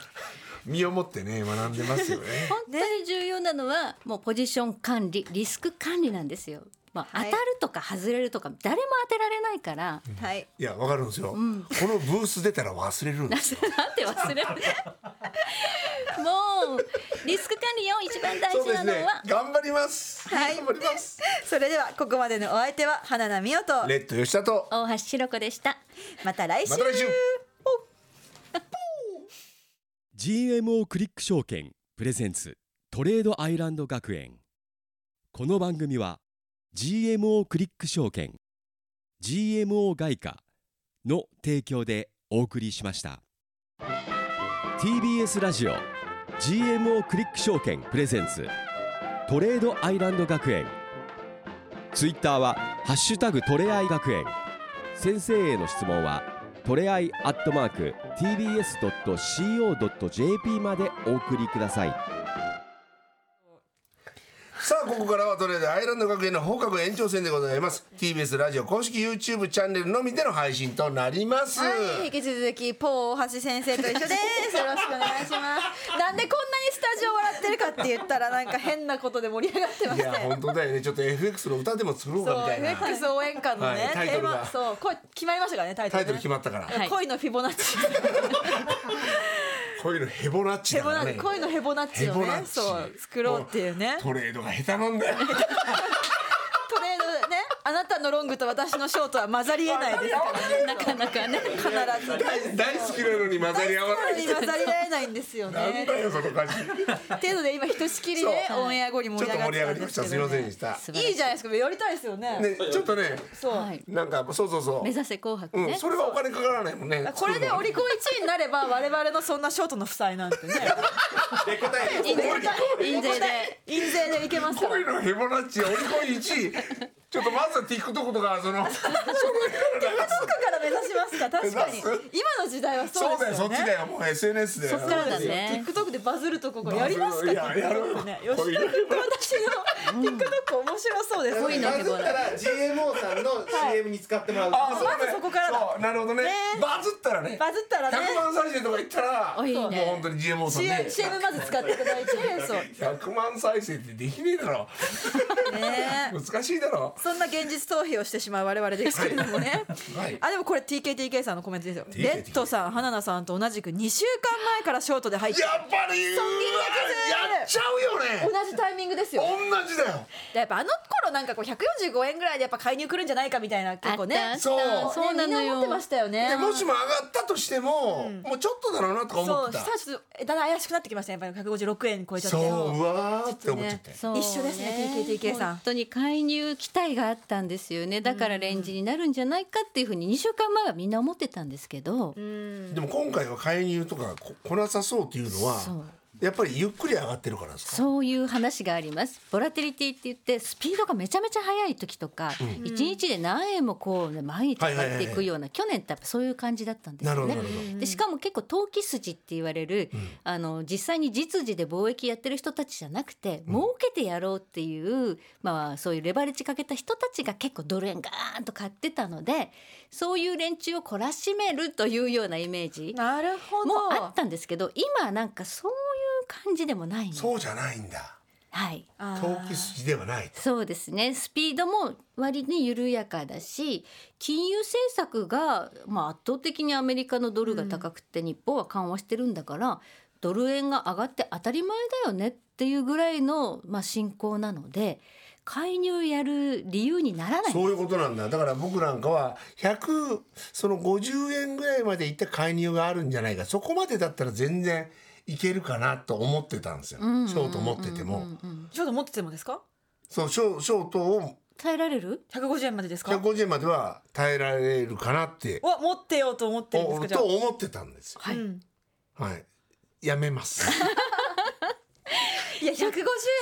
Speaker 2: 身をもってね学んでますよね
Speaker 4: 本当に重要なのはもうポジション管理リスク管理なんですよ。まあ、当
Speaker 3: はい
Speaker 4: たるとか外れるとか誰も当てられないから、
Speaker 3: はい。
Speaker 2: いやわかるんですよ、このブース出たら忘れるん
Speaker 4: な
Speaker 2: で
Speaker 4: ん
Speaker 2: すよ
Speaker 4: て忘 れるもうリスク管理4一番大
Speaker 2: そう
Speaker 4: 事
Speaker 2: で
Speaker 4: な
Speaker 2: す
Speaker 4: の
Speaker 2: ね
Speaker 4: は、
Speaker 2: 頑張ります、
Speaker 3: はい
Speaker 2: 頑張ります
Speaker 3: それではここまでのお相手は花奈美音と
Speaker 2: レッド吉田と
Speaker 4: 大橋ひろ子でした。
Speaker 3: また来週。
Speaker 2: また来週
Speaker 1: GMO クリック証券プレゼンツトレードアイランド学園この番組は GMO クリック証券 GMO 外貨の提供でお送りしました TBS ラジオ GMO クリック証券プレゼンツトレードアイランド学園ツイッターは「ハッシュタグトレアイ学園」先生への質問はトレアイアットマーク TBS.CO.JP までお送りください
Speaker 2: さあここからはトレードアイランド学園の放課後延長戦でございます TBS ラジオ公式 YouTube チャンネルのみでの配信となります、
Speaker 3: はい、引き続きポー大橋先生と一緒です。よろしくお願いします。なんでこんなにスタジオ笑ってるかって言ったらなんか変なことで盛り上がってま
Speaker 2: い
Speaker 3: す
Speaker 2: や
Speaker 3: ね。
Speaker 2: 本当だよねちょっと FX の歌でも作ろうかみ
Speaker 3: そう、
Speaker 2: たいな
Speaker 3: FX 応援歌のね
Speaker 2: はい、タイ
Speaker 3: テ
Speaker 2: ト
Speaker 3: ー
Speaker 2: ルが
Speaker 3: マ、そう、これ決まりましたからね、タイト
Speaker 2: タ
Speaker 3: ル
Speaker 2: イ
Speaker 3: ね。
Speaker 2: トル決まったから、
Speaker 4: はい
Speaker 3: 恋のフィボナッチ。
Speaker 2: こういうのヘボナッチ
Speaker 3: ヘ
Speaker 2: だか
Speaker 3: ボナ
Speaker 2: らね
Speaker 3: ッチ、恋のヘボナッチを
Speaker 2: ヘボナッ
Speaker 3: ね、
Speaker 2: チ
Speaker 3: そう、作ろうっていうね。
Speaker 2: トレードが下手なんだよ
Speaker 3: トレードでね、あなたのロングと私のショートは混ざり得ないですからね。
Speaker 4: なかなかね。
Speaker 3: 必ず。
Speaker 2: 大大好きなのに混ざり合わない
Speaker 3: 混ざり合えないんですよ
Speaker 2: なん
Speaker 3: ね。
Speaker 2: だよその 感じ
Speaker 3: っていうので今ひとしきりね
Speaker 2: そう
Speaker 3: オンエア後に
Speaker 2: ち
Speaker 3: 盛
Speaker 2: ょっと
Speaker 3: り上がっ
Speaker 2: 盛り上
Speaker 3: た
Speaker 2: が
Speaker 3: ん
Speaker 2: り
Speaker 3: で
Speaker 2: ますした
Speaker 3: け
Speaker 2: すい
Speaker 3: ど
Speaker 2: ません
Speaker 3: ね
Speaker 2: でした
Speaker 4: 素晴らし
Speaker 3: いいじゃないですかやりたいですよね
Speaker 2: ねちょっとね
Speaker 3: そう、
Speaker 4: はい
Speaker 2: なんかそうそうそう
Speaker 4: 目指せ紅白
Speaker 2: う
Speaker 4: ね。
Speaker 2: んそれはお金かからないもんね
Speaker 3: これでオリコン1位になれば我々のそんなショートの負債なんてね
Speaker 2: え答え
Speaker 4: 印税で印税で
Speaker 3: 印税でいけますか
Speaker 2: 恋
Speaker 3: ら
Speaker 2: のヘボナッチオリコン1位ちょっとまずは TikTok とかそのその
Speaker 3: どこから目指しますか確かに
Speaker 2: 目指す
Speaker 3: 今の時代は
Speaker 2: そ
Speaker 3: そう
Speaker 2: う
Speaker 3: で
Speaker 2: だ
Speaker 3: す
Speaker 2: よそ
Speaker 3: よ
Speaker 2: っち
Speaker 3: ね
Speaker 2: だよもう SNS で
Speaker 4: そっからだね
Speaker 3: TikTok でバズるとここやりますか
Speaker 2: いややろう
Speaker 3: TikTok ね吉田君と私の TikTok 面白そうです
Speaker 5: 恋の希望
Speaker 6: バズったら GMO さんの CM に使ってもらう。
Speaker 2: あそうね
Speaker 3: まずそこからだ
Speaker 2: そうなるほどね
Speaker 3: ね
Speaker 2: バズったらね
Speaker 3: バズったらね
Speaker 2: 100万再生とかいったら
Speaker 4: おいいね
Speaker 2: もう本当に GMO さんね
Speaker 3: CM, CM まず使っていただいてそう
Speaker 2: 100万再生ってできねえだろ
Speaker 3: ね
Speaker 2: 難しいだろ
Speaker 3: そんな現実逃避をしてしまう我々ですけれどもね、
Speaker 2: はい
Speaker 3: あでもこれ TKTK さんのコメントですよ
Speaker 2: TKTK
Speaker 3: レッドさん花菜さんと同じく2週間前からショートで入って
Speaker 2: やっぱりうわやっちゃうよ
Speaker 3: 同
Speaker 2: ね
Speaker 3: じタイミングですよ
Speaker 2: 同じだよ
Speaker 3: でやっぱあの頃なんかこう145円ぐらいでやっぱ介入くるんじゃないかみたいな結構ね
Speaker 4: あった
Speaker 2: そう
Speaker 4: あったそうな
Speaker 3: ねみん
Speaker 4: の
Speaker 3: な思
Speaker 4: よ
Speaker 3: ってましたよね
Speaker 2: でもしも上がったとしても、もうちょっとだろうなとか思
Speaker 3: そ
Speaker 2: っ
Speaker 3: う
Speaker 2: てた
Speaker 3: したらちょっとえだんだん怪しくなってきましたねやっぱり156円超えちゃって
Speaker 2: そううわーって思っちゃって、
Speaker 4: そう
Speaker 3: 一緒ですね TKTK さん
Speaker 4: 本当に介入期待があったんですよねだからレンジになるんじゃないかっていうふうに2週間前はみんな思ってたんですけど、
Speaker 2: でも今回は介入とかこ来なさそうっていうのは
Speaker 4: そう
Speaker 2: やっぱりゆっくり上がってるからですか
Speaker 4: そういう話がありますボラティリティって言ってスピードがめちゃめちゃ速い時とか、一1日で何円もこう、ね、毎日上がっていくような、去年ってやっぱそういう感じだったんです
Speaker 2: なる
Speaker 4: よ
Speaker 2: ほど
Speaker 4: ね
Speaker 2: なる。ほど
Speaker 4: でしかも結構投機筋って言われる、あの実際に実時で貿易やってる人たちじゃなくて、儲けてやろうっていう、まあ、そういうレバレッジかけた人たちが結構ドル円ガーンと買ってたのでそういう連中を懲らしめるというようなイメージも
Speaker 3: なるほど
Speaker 4: あったんですけど今なんかそういう感じでもないの
Speaker 2: そうじゃないんだ
Speaker 4: はい
Speaker 3: あ
Speaker 2: 投
Speaker 3: ー
Speaker 2: 機筋ではない
Speaker 4: そうですねスピードも割に緩やかだし金融政策が、まあ、圧倒的にアメリカのドルが高くて日本は緩和してるんだから、ドル円が上がって当たり前だよねっていうぐらいの、まあ、進行なので介入やる理由にならない
Speaker 2: そういうことなんだだから僕なんかは100その50円ぐらいまでいった介入があるんじゃないかそこまでだったら全然いけるかなと思ってたんですよ、ショート持ってても、
Speaker 3: ちょっと持っててもですか
Speaker 2: そうショショートを
Speaker 4: 耐えられる
Speaker 3: 150円までですか
Speaker 2: 150円までは耐えられるかなって
Speaker 3: は持ってようと思ってるんです
Speaker 2: お
Speaker 3: かじゃ
Speaker 2: と思ってたんですよ
Speaker 3: あ、うん
Speaker 2: はいやめます
Speaker 3: いや150円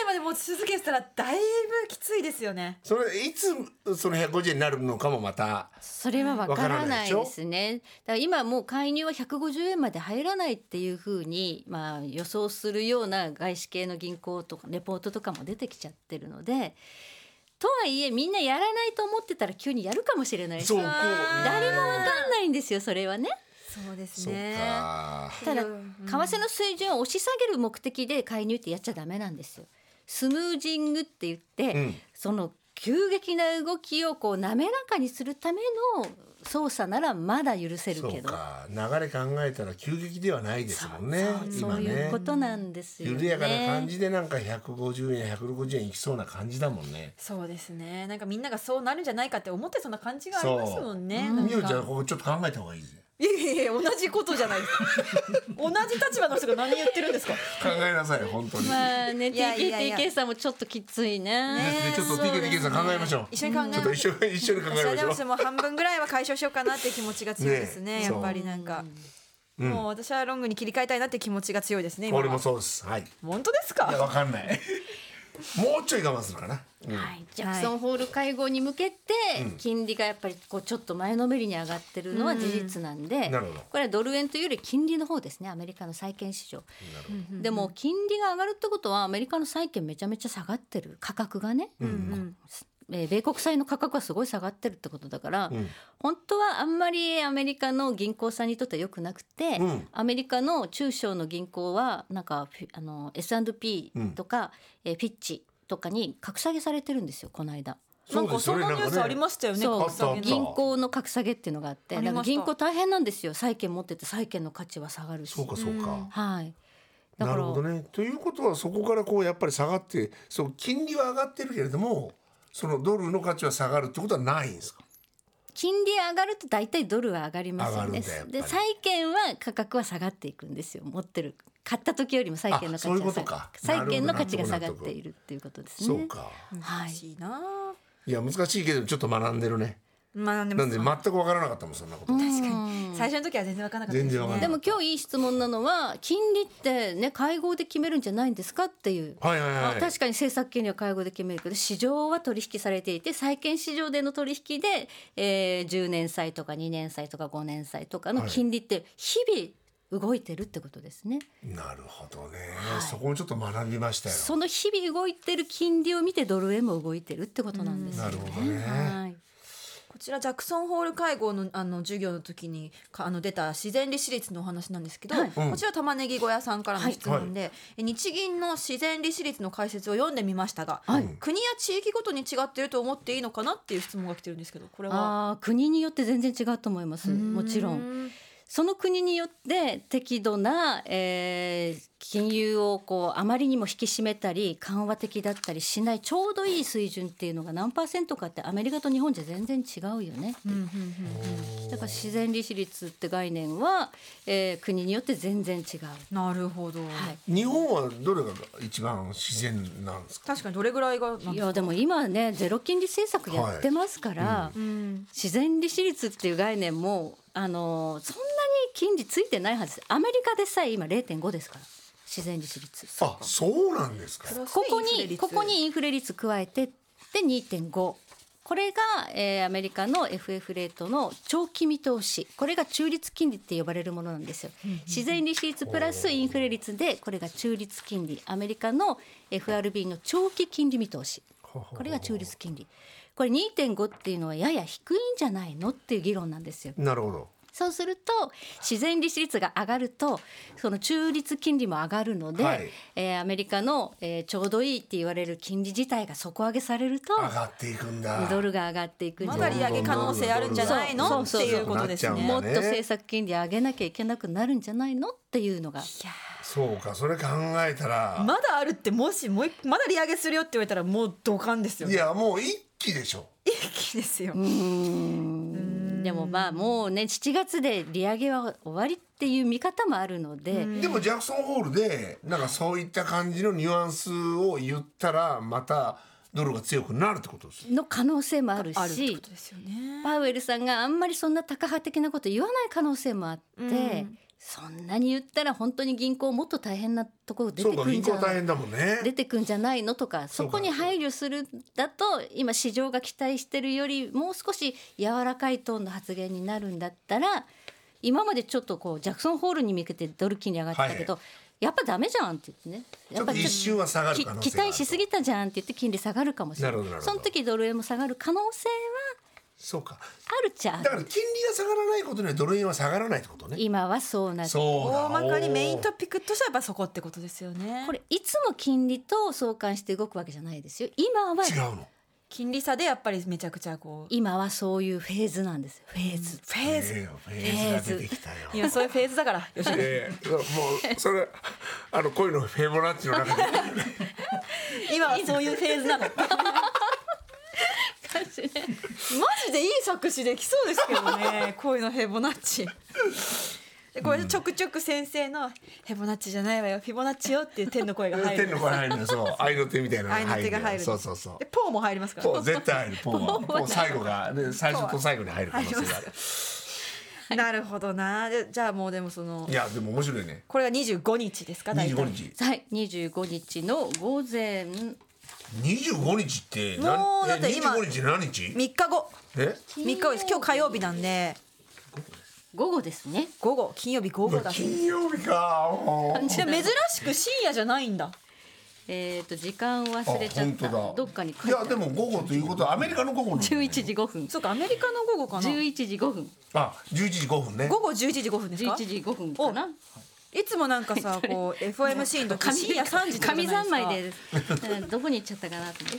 Speaker 3: まで持ち続けてたらだいぶきついですよね
Speaker 2: それいつその150円になるのかもまた
Speaker 4: それはわからないですね。だから今もう介入は150円まで入らないっていうふうにまあ予想するような外資系の銀行とかレポートとかも出てきちゃってるので。とはいえみんなやらないと思ってたら急にやるかもしれないし
Speaker 2: そうこう
Speaker 4: 誰もわかんないんですよそれはね。
Speaker 3: そうです
Speaker 2: そうか
Speaker 4: ただ
Speaker 3: う
Speaker 4: 為
Speaker 3: ん
Speaker 4: 替の水準を押し下げる目的で介入ってやっちゃダメなんですよ。スムージングって言って、
Speaker 2: うん
Speaker 4: その急激な動きをこう滑らかにするための操作ならまだ許せる
Speaker 2: そ
Speaker 4: け
Speaker 2: う
Speaker 4: ど
Speaker 2: か流れ考えたら急激ではないですもんね
Speaker 4: そうそういうことなんですよね。
Speaker 2: 緩やかな感じでなんか150円160円いきそうな感じだもんね。
Speaker 5: そうですねなんかみんながそうなるんじゃないかって思ってそんな感じがありますもんねなん
Speaker 2: み
Speaker 5: か
Speaker 2: おちゃんここちょっと考えた方がいいぜ。
Speaker 5: いやいやいや同じことじゃないですか同じ立場の人が何言ってるんですか
Speaker 2: 考えなさい本当に。ね
Speaker 4: まあね、
Speaker 3: いやいやいや
Speaker 4: TKTK さんもちょっときついね。
Speaker 5: ね
Speaker 2: ちょっと TKTK さん考えましょう。
Speaker 5: 一緒に考えま
Speaker 2: ちょっ
Speaker 5: しょ
Speaker 2: と
Speaker 5: う
Speaker 2: 一緒に一緒に考えましょ
Speaker 5: 私
Speaker 2: う
Speaker 5: は。でももう半分ぐらいは解消しようかなっていう気持ちが強いですね
Speaker 2: ね
Speaker 5: やっぱりなんか、もう私はロングに切り替えたいなって気持ちが強いですね今は
Speaker 2: 俺もそうです。はい。い
Speaker 5: 本当です
Speaker 2: や
Speaker 5: か
Speaker 2: わかんない。もうちょい我慢するかな。うん
Speaker 4: はい、ジャクソンホール会合に向けて金利がやっぱりこうちょっと前のめりに上がってるのは事実なんで、
Speaker 2: んなるほど
Speaker 4: これはドル円というより金利の方ですねアメリカの債券市場でも金利が上がるってことはアメリカの債券めちゃめちゃ下がってる価格がね、えー米国債の価格はすごい下がってるってことだから、本当はあんまりアメリカの銀行さんにとっては良くなくて、
Speaker 2: うん
Speaker 4: アメリカの中小の銀行はなんかフィあの S&P とか、えーフィッチとかに格下げされてるんですよこの間。
Speaker 5: なんかそんなニュースありま
Speaker 2: し
Speaker 5: したよね
Speaker 4: そう
Speaker 5: 格下げの
Speaker 4: 銀行の格下げっていうのがあって
Speaker 5: ありました
Speaker 4: だから銀行大変なんですよ債券持ってて債券の価値は下がるし
Speaker 2: そうかそうか。
Speaker 4: はいだ
Speaker 2: な
Speaker 4: から
Speaker 2: るほどね。ということはそこからこうやっぱり下がって、そう金利は上がってるけれども、そのドルの価値は下がるってことはないんですか。
Speaker 4: 金利上がると大体ドルは上がりますよ
Speaker 2: 上がる
Speaker 4: ね
Speaker 2: んだやっぱり
Speaker 4: で債券は価格は下がっていくんですよ持ってる買った時よりも債券の価
Speaker 2: あそうい
Speaker 4: 値
Speaker 2: うこ
Speaker 4: が下
Speaker 2: と
Speaker 4: が
Speaker 2: か
Speaker 4: 債券の
Speaker 2: なるほど
Speaker 4: 価値が下がっ
Speaker 2: 納得
Speaker 4: ているっていうことです
Speaker 2: そう
Speaker 4: ね
Speaker 2: か。
Speaker 4: は
Speaker 5: 難
Speaker 4: い
Speaker 5: しいなぁ
Speaker 2: いや難しいけどちょっと学んでるね。
Speaker 5: 学んでま
Speaker 2: な
Speaker 5: す
Speaker 2: んで全くわからなかったもんそんなこと。
Speaker 5: 確かに最初の時は全然わからなかった
Speaker 2: 全然わかんな
Speaker 4: で
Speaker 2: い
Speaker 4: も今日いい質問なのは金利ってね会合で決めるんじゃないんですかっていう
Speaker 2: はいはい
Speaker 4: まあ
Speaker 2: はい。
Speaker 4: 確かに政策金利は会合で決めるけど市場は取引されていて債券市場での取引で、えー、10年債とか2年債とか5年債とかの金利って日々動いてるってことですね、
Speaker 2: なるほどね、そこもちょっと学びましたよ。
Speaker 4: その日々動いてる金利を見てドル円も動いてるってことなんですよ
Speaker 2: な
Speaker 4: ね。
Speaker 2: るほどね。
Speaker 4: はい
Speaker 5: こちらジャクソンホール会合のあの授業の時にかあの出た自然利子率のお話なんですけど、
Speaker 4: はい
Speaker 2: うん
Speaker 5: こちら玉ねぎ小屋さんからの質問で、え日銀の自然利子率の解説を読んでみましたが、国や地域ごとに違ってると思っていいのかなっていう質問が来てるんですけどこれは
Speaker 4: あー国によって全然違うと思いますもちろんその国によって適度な、えー金融をこうあまりにも引き締めたり緩和的だったりしないちょうどいい水準っていうのが何パーセントかってアメリカと日本じゃ全然違うよね。だから自然利子率って概念は、えー国によって全然違う。
Speaker 5: なるほど、
Speaker 4: はい
Speaker 2: 日本はどれが一番自然なんですか。
Speaker 5: 確かにどれぐらいがなん
Speaker 4: い
Speaker 5: か
Speaker 4: やでも今ねゼロ金利政策やってますから、
Speaker 5: うん
Speaker 4: 自然利子率っていう概念もあのそんなに金利ついてないはずですアメリカでさえ今0.5ですから自然利子率
Speaker 2: あ、そうなんですか。
Speaker 5: こ
Speaker 4: ここにここにインフレ率加えてで2.5これが、えーアメリカの FF レートの長期見通しこれが中立金利って呼ばれるものなんですよ自然利子率プラスインフレ率でこれが中立金利アメリカの FRB の長期金利見通しこれが中立金利これ2.5っていうのはやや低いんじゃないのっていう議論なんですよ
Speaker 2: なるほど。
Speaker 4: そうすると自然利子率が上がるとその中立金利も上がるので、
Speaker 2: はい
Speaker 4: えーアメリカの、えーちょうどいいって言われる金利自体が底上げされると
Speaker 2: 上がっていくんだ。
Speaker 4: ドルが上がっていくんじ
Speaker 5: ま
Speaker 4: ゃ
Speaker 5: だ
Speaker 4: ない
Speaker 5: 利上げ可能性あるんじゃないのっ
Speaker 4: そうそう
Speaker 5: て
Speaker 4: そう
Speaker 5: いうことです
Speaker 2: なっちゃ
Speaker 5: ね
Speaker 4: も
Speaker 2: う
Speaker 4: っ
Speaker 2: ん
Speaker 4: と
Speaker 2: だね
Speaker 4: 政策金利上げなきゃいけなくなるんじゃないのっていうのが
Speaker 2: そうか、それ考えたら。
Speaker 5: まだあるってもしもう一まだ利上げするよって言われたらもうドカンですよ
Speaker 2: い
Speaker 5: ね
Speaker 2: や、もう一気でしょ
Speaker 5: 一気ですよ
Speaker 4: でもまあもうね7月で利上げは終わりっていう見方もあるので
Speaker 2: でもジャクソンホールで、なんかそういった感じのニュアンスを言ったら、また。ドルが強くなるってことです。
Speaker 4: の可能性もあるし
Speaker 5: あるってことですよね。
Speaker 4: パウエルさんがあんまりそんな高派的なこと言わない可能性もあって、そんなに言ったら本当に銀行もっと大変なところ出
Speaker 2: そ
Speaker 4: て
Speaker 2: うか、
Speaker 4: くん
Speaker 2: 銀
Speaker 4: じ
Speaker 2: 行
Speaker 4: ゃな
Speaker 2: 大
Speaker 4: い
Speaker 2: 変だもんね。
Speaker 4: 出てくんじゃないのとか
Speaker 2: そう
Speaker 4: そ
Speaker 2: か
Speaker 4: こに配慮するんだと今市場が期待してるよりもう少し柔らかいトーンの発言になるんだったら今までちょっとこうジャクソンホールに向けてドル金利上がってたけど、やっぱダメじゃんって言ってね
Speaker 2: ち
Speaker 4: や
Speaker 2: ょっ
Speaker 4: ぱ
Speaker 2: と一瞬は下がる
Speaker 4: き
Speaker 2: 可能性がある
Speaker 4: 期待しすぎたじゃんって言って金利下がるかもしれな
Speaker 2: ないるほどなるほ
Speaker 4: そ
Speaker 2: ど
Speaker 4: の時ドル円も下がる可能性
Speaker 2: そうか。
Speaker 4: はあるっちゃある
Speaker 2: だから金利が下がらないことにはドル円は下がらないってことね。
Speaker 4: 今はそうなって
Speaker 2: そうだ
Speaker 5: 大まかにメイントピックとしてはやっぱそこってことですよね。
Speaker 4: これいつも金利と相関して動くわけじゃないですよ今は
Speaker 2: 違うの。
Speaker 3: 金利差でやっぱりめちゃくちゃこう
Speaker 4: 今はそういうフェーズなんですフェーズ
Speaker 3: フェー
Speaker 2: え
Speaker 3: ズ
Speaker 2: えよフェーズが出てきたよ。
Speaker 3: 今そういうフェーズだから よし
Speaker 2: ええもうそれあの恋のフェボナッチの中で
Speaker 3: 今はそういうフェーズなのマジでいい作詞できそうですけどね恋のヘボナッチでこれちょくちょく先生の「ヘボナッチじゃないわよフィボナッチよ」っていう天の声が入
Speaker 2: 天
Speaker 3: る
Speaker 2: の声入るのそう愛の手みたいなのが
Speaker 3: 合いの手が入
Speaker 2: の
Speaker 3: る
Speaker 2: そうそうそう
Speaker 3: で。ポーも入りますから
Speaker 2: ポー絶対入るポーはポー最後がね最初と最後に入る可能性がある。
Speaker 3: なるほどなでじゃあもうでもその
Speaker 2: いやでも面白いね。
Speaker 3: これが25日ですか
Speaker 2: 二
Speaker 3: 大
Speaker 2: 十五
Speaker 3: 体
Speaker 2: 日。
Speaker 4: はい25日の午前
Speaker 2: 二十五日って
Speaker 3: も
Speaker 2: 何
Speaker 3: うだって
Speaker 2: え
Speaker 3: 今
Speaker 2: 25日何日？
Speaker 3: 3日後
Speaker 2: え？
Speaker 3: 3日後です今日火曜日なんで
Speaker 4: 午後ですね
Speaker 3: 午後金曜日午後だし
Speaker 2: 金曜日か。もう
Speaker 3: 珍しく深夜じゃないんだ
Speaker 4: えっ、と時間忘れちゃっ
Speaker 2: 本
Speaker 4: た
Speaker 2: 当だ。
Speaker 4: どっかに
Speaker 2: い
Speaker 4: 書いてあ
Speaker 2: や
Speaker 4: る
Speaker 2: でも午後ということはアメリカの午後の。
Speaker 4: 11時5分
Speaker 3: そうかアメリカの午後かな
Speaker 4: 11時5分
Speaker 2: あ十一時五分ね。
Speaker 3: 午後11時5分ですか
Speaker 4: 11時5分かな
Speaker 3: おいつもなんか さこう FOMC の時深夜3時とかじ
Speaker 4: 紙
Speaker 3: ゃない
Speaker 4: 三
Speaker 3: すか
Speaker 4: 昧 で、うんどこに行っちゃったかなと思って。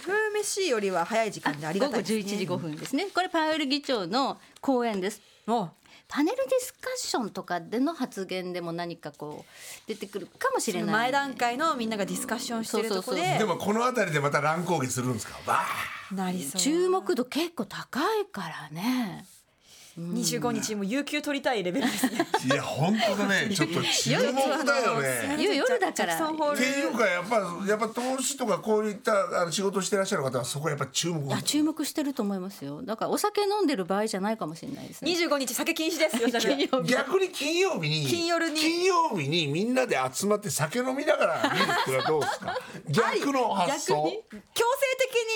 Speaker 3: FOMC よりは早い時間であり
Speaker 4: 午
Speaker 3: が
Speaker 4: 後
Speaker 3: たいです、ね、
Speaker 4: 11時5分ですね。これパウエル議長の講演です。
Speaker 3: お
Speaker 4: パネルディスカッションとかでの発言でも何かこう出てくるかもしれない。
Speaker 3: 前段階のみんながディスカッションしてるとこで
Speaker 2: でもこの辺りでまた乱高下するんですか。わ
Speaker 3: なりそう
Speaker 4: 注目度結構高いからね。
Speaker 3: 25日も有給取りたいレベルですね
Speaker 2: あ。いや本当だね。ちょっと注目だよね。
Speaker 4: 夜 夜だから
Speaker 3: ジャクソンホー
Speaker 2: っていう
Speaker 3: ル
Speaker 2: かやっぱやっぱ投資とかこういったあの仕事をしてらっしゃる方はそこはやっぱ注目。
Speaker 4: あ注目してると思いますよ。だからお酒飲んでる場合じゃないかもしれないですね。
Speaker 3: 25日酒禁止ですよ
Speaker 4: 金曜日
Speaker 2: 逆に金曜日に
Speaker 3: 金曜に
Speaker 2: 金曜日にみんなで集まって酒飲みながら見るってのはどうですか逆の発
Speaker 3: 逆に
Speaker 2: 想
Speaker 3: 強制的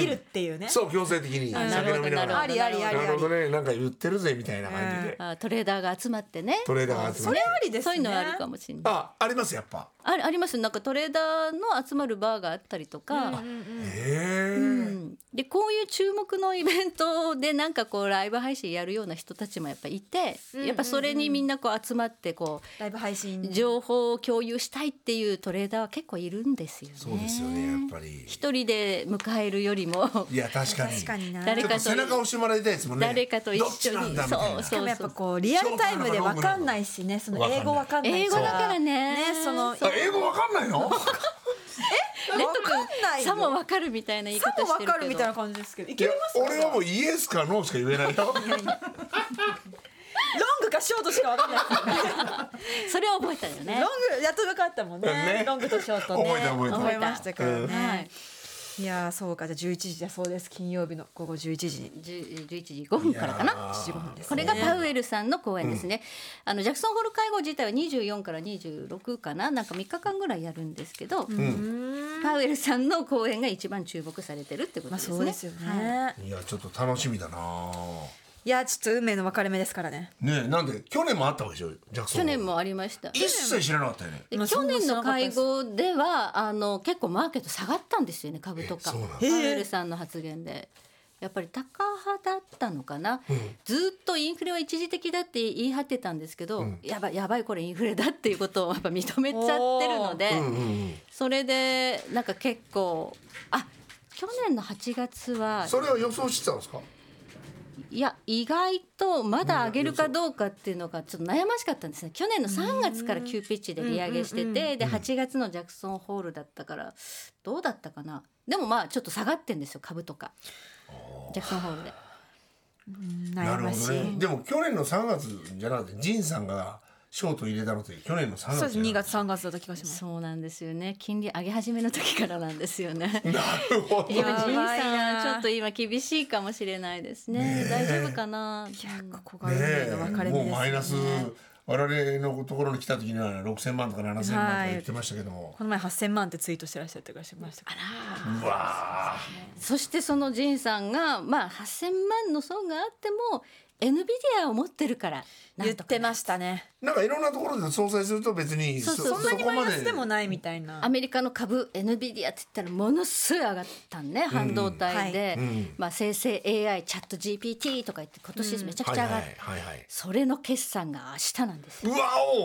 Speaker 3: にね見るっていうね、
Speaker 2: そう強制的に
Speaker 4: あ
Speaker 2: 酒飲みながら
Speaker 3: ありありあり
Speaker 2: な
Speaker 3: あ
Speaker 2: る
Speaker 3: り
Speaker 2: ほどねなんか言ってるぜみたいな感じで
Speaker 4: あトレーダーが集まってね。
Speaker 2: トレーダーが集ま
Speaker 3: それ
Speaker 2: る
Speaker 3: ありですね
Speaker 4: そういうのはあるかもしれない。
Speaker 2: あありますやっぱ
Speaker 4: あありますなんかトレーダーの集まるバーがあったりとか、
Speaker 2: へ
Speaker 4: う
Speaker 2: え
Speaker 4: んでこういう注目のイベントでなんかこうライブ配信やるような人たちもやっぱいて、やっぱそれにみんなこう集まってこ
Speaker 3: ライブ配
Speaker 4: う
Speaker 3: 信
Speaker 4: 情報を共有したいっていうトレーダーは結構いるんですよね。
Speaker 2: そうですよねやっぱり
Speaker 4: 一人で迎えるよりも
Speaker 2: いや確かに
Speaker 3: 確かにな
Speaker 4: 誰
Speaker 2: ちょっ
Speaker 4: か
Speaker 2: と
Speaker 4: と
Speaker 2: 背中押してもらいたいですもんね
Speaker 4: 誰かと一緒に
Speaker 2: どっちなんだみたいな
Speaker 4: そう
Speaker 3: でもやっぱこうリアルタイムで分かんないしねその英語分かんない
Speaker 4: 英語だからね
Speaker 3: ねその
Speaker 2: あ英語わかんないの
Speaker 3: 分かんないよ
Speaker 4: さもわかるみたいな言い方
Speaker 3: さも
Speaker 4: し
Speaker 3: 分
Speaker 4: てるけど
Speaker 3: かるみたいな感じですけどい
Speaker 2: い
Speaker 3: け
Speaker 2: や
Speaker 3: ますか
Speaker 2: 俺はもうイエスかノーしか言えないよ
Speaker 3: ロングかショートしか分かんないですよ ね
Speaker 4: それを覚えたよね
Speaker 3: ロ。ングやっと分かったもんね
Speaker 2: ね
Speaker 3: ロングとショートね
Speaker 2: 覚えた覚えた
Speaker 3: 覚えましたからね、
Speaker 4: はい
Speaker 3: い、やーそうかじゃあ11時だそうです金曜日の午後11時に
Speaker 4: じゅ11時5分からかな。
Speaker 3: 15分です
Speaker 4: これがパウエルさんの講演ですね、あのジャクソンホール会合自体は24から26かななんか3日間ぐらいやるんですけど、パウエルさんの講演が一番注目されてるってこと
Speaker 3: まあ
Speaker 4: ですね,、
Speaker 3: そうですよね、い、
Speaker 2: いやちょっと楽しみだな
Speaker 3: やーちょっと運命の分かれ目ですからね
Speaker 2: ねえなんで去年もあったわけでしょジャクソン
Speaker 4: 去年もありました
Speaker 2: 一切知らなかったよね
Speaker 4: で
Speaker 3: まあ
Speaker 4: 去年の会
Speaker 3: そ
Speaker 4: 合ではあの結構マーケット下がったんですよね株とか
Speaker 2: えそうなんだ
Speaker 4: パウエルさんの発言で。やっぱり高派だったのかな、ずっとインフレは一時的だって言い張ってたんですけど、やばいやばいこれインフレだっていうことをやっぱ 認めちゃってるので、それでなんか結構あ去年の8月は
Speaker 2: それは予想してたんですか
Speaker 4: いや意外とまだ上げるかどうかっていうのがちょっと悩ましかったんですね去年の3月から急ピッチで利上げしててで8月のジャクソンホールだったからどうだったかなでもまあちょっと下がってんですよ株とかジャクソンホールで
Speaker 2: な
Speaker 3: 悩
Speaker 2: る
Speaker 3: ま
Speaker 2: ほ
Speaker 3: し
Speaker 2: ど
Speaker 3: い、
Speaker 2: ねでも去年の3月じゃなくてジンさんがショート入れたのって去年の3月
Speaker 3: そうです2
Speaker 2: じゃな
Speaker 3: 月3月だった気がします
Speaker 4: そうなんですよね金利上げ始めの時からなんですよね今
Speaker 2: いなるほど
Speaker 4: ジンさ
Speaker 3: やばいなん
Speaker 4: ちょっと今厳しいかもしれないですね大丈夫かなうん
Speaker 3: ここが運命の分
Speaker 2: ね
Speaker 3: か
Speaker 2: え
Speaker 3: れ
Speaker 2: もう
Speaker 3: 目です、ね、
Speaker 2: マイナス我々のところに来た時には6000万とか7000万とか言ってましたけども、
Speaker 3: この前8000万ってツイートしてらっしゃったりとかしましたから
Speaker 2: うわ
Speaker 4: そしてそのジンさんが、まあ、8,000万の損があっても NVIDIA を持ってるからなん
Speaker 3: 言っ
Speaker 4: とか
Speaker 3: てましたね
Speaker 2: ーなんかいろんなところで総裁すると別に
Speaker 4: そうそう
Speaker 3: そんなにマイナスでも
Speaker 2: そこ
Speaker 3: ないみたいな
Speaker 4: アメリカの株 NVIDIA って言ったらものすごい上がったんね、半導体で、まあ、生成 AI チャット GPT とか言って今年めちゃ
Speaker 2: まで
Speaker 4: くちゃ
Speaker 2: はいは
Speaker 4: 上がっ
Speaker 2: い
Speaker 4: て、
Speaker 2: はいはい
Speaker 4: それの決算が明日なんですよ
Speaker 2: うわお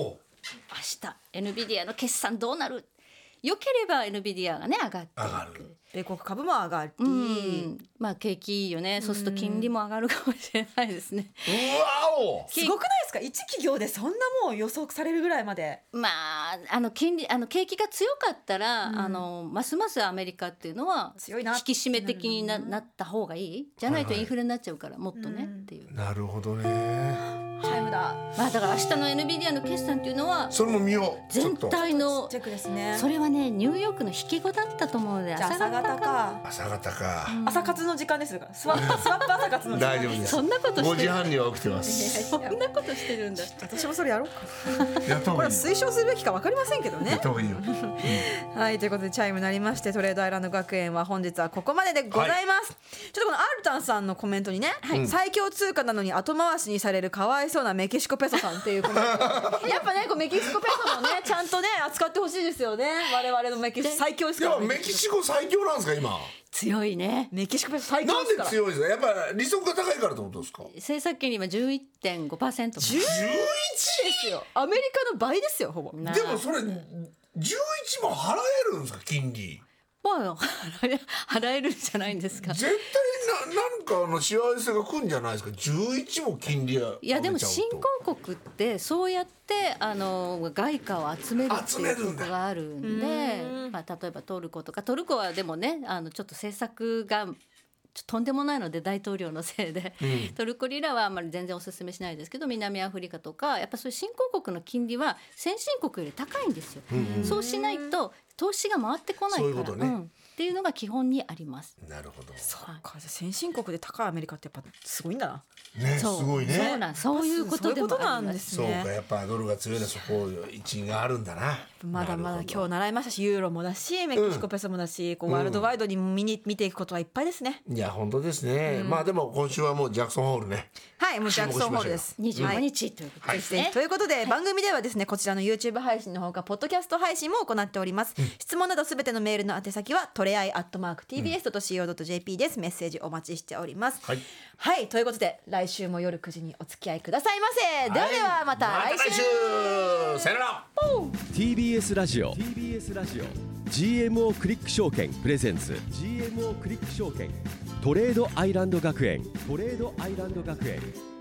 Speaker 4: 明日 NVIDIA の決算どうなる良ければ NVIDIA がね上がって
Speaker 2: 上が
Speaker 4: いく
Speaker 2: る。
Speaker 3: 米国株も上がり、
Speaker 4: うん、まあ景気いいよね。そうすると金利も上がるかもしれないですね。
Speaker 2: うわお
Speaker 3: すごくないですか一企業でそんなもう予測されるぐらいまで
Speaker 4: まああの金利あの景気が強かったら、
Speaker 3: うん
Speaker 4: あのますますアメリカっていうのは
Speaker 3: 強い
Speaker 4: 引
Speaker 3: な
Speaker 4: き締め的にななった方がいいじゃないと
Speaker 2: はいはい
Speaker 4: インフレになっちゃうからもっとね、
Speaker 3: うん
Speaker 4: っていう。
Speaker 2: なるほどね
Speaker 3: チャイムだ
Speaker 4: まあだから明日の NVIDIA の決算っていうのは
Speaker 2: それも見ようちょっ
Speaker 4: 全
Speaker 2: と
Speaker 4: 体の
Speaker 3: チェックですね
Speaker 4: それはねニューヨークの引き子だったと思うので
Speaker 3: じゃあ
Speaker 4: 朝
Speaker 3: 朝
Speaker 4: 方
Speaker 3: 方か
Speaker 2: 朝方か
Speaker 3: 朝活の時間ですだからスワップスワップ朝活 の時間
Speaker 2: 大丈夫です
Speaker 4: そんなこと
Speaker 2: 5
Speaker 4: して
Speaker 2: 時
Speaker 4: る
Speaker 2: 半には起きてます
Speaker 4: そんなことしてるんだ
Speaker 3: 私もそれやろうか
Speaker 2: やった方
Speaker 3: これ
Speaker 2: がい
Speaker 3: はい
Speaker 2: よ
Speaker 3: 推奨するべきかわかりませんけど
Speaker 2: や
Speaker 3: ね
Speaker 2: った方がいいよ
Speaker 3: はいということでチャイムなりましてトレードアイランド学園は本日はここまででございます、ちょっとこのアルタンさんのコメントにね、最強通貨なのに後回しにされるかわいそうなメキシコペソさんってい うコメントやっぱねこうメキシコペソもねちゃんとね扱ってほしいですよね我々のメキシコ最強です
Speaker 2: で
Speaker 3: から
Speaker 2: もメキシコ最強なんですか今
Speaker 4: 強いね
Speaker 3: メキシコペソ最
Speaker 2: な
Speaker 3: 強
Speaker 2: ん
Speaker 3: で
Speaker 2: です
Speaker 3: から
Speaker 2: 強いですかやっぱ利息が高いからってことですか
Speaker 4: 政策金利今
Speaker 3: 11
Speaker 4: 11.5%
Speaker 2: 11
Speaker 3: ですよアメリカの倍ですよほぼ
Speaker 4: な
Speaker 2: でもそれ11も払えるんですか金利
Speaker 4: もう払え 払えるんじゃないんですか
Speaker 2: 絶対ななんかあの幸せが来るんじゃないですか11も金利が
Speaker 4: いやでも
Speaker 2: 上げちゃうと
Speaker 4: 新興国ってそうやってあの外貨を集めるって
Speaker 2: 集
Speaker 4: い
Speaker 2: め
Speaker 4: う
Speaker 2: る
Speaker 4: こ
Speaker 2: んだ
Speaker 4: とがあるんでまあ、例えばトルコとかトルコはでもねあのちょっと政策がちょっととんでもないので大統領のせいで、トルコリラはあんまり全然お勧めしないですけど南アフリカとかやっぱそういう新興国の金利は先進国より高いんですよ、そうしないと投資が回ってこないから
Speaker 2: そういうことね
Speaker 4: ん、っていうのが基本にあります。
Speaker 2: なるほど
Speaker 3: そっかじゃあ先進国で高いアメリカってやっぱすごいんだな
Speaker 2: ねす
Speaker 4: そう
Speaker 2: ごい
Speaker 4: そう
Speaker 2: ね
Speaker 4: なんそういうことでも
Speaker 3: そういうこと
Speaker 4: あ
Speaker 3: な
Speaker 4: り
Speaker 3: ん
Speaker 4: ま
Speaker 3: ですす
Speaker 2: そうか
Speaker 3: ね
Speaker 2: やっぱドルが強いのはそこ一因があるんだな
Speaker 3: まだまだ今日
Speaker 2: 日
Speaker 3: 習いましたしユーロもだしメキシコペソもだし、こうワールドワイドに見に見ていくことはいっぱいですね
Speaker 2: いや本当ですねまあでも今週はもうジャクソンホールね
Speaker 3: はいもうジャクソンホールです
Speaker 4: 25日ということ
Speaker 3: はい
Speaker 4: ですね。
Speaker 3: ということで、番組ではですねこちらの YouTube 配信のほかポッドキャスト配信も行っております、質問などすべてのメールの宛先はトレアイアットマーク TBS.CO.JP です、メッセージお待ちしております
Speaker 2: はい、
Speaker 3: はい、ということで来週も夜9時にお付き合いくださいませ、ではではまた来
Speaker 2: 週
Speaker 3: 週
Speaker 2: さよなら
Speaker 1: TBS ラジオ TBS ラジオ GMO クリック証券プレゼンツ GMO クリック証券トレードアイランド学園トレードアイランド学園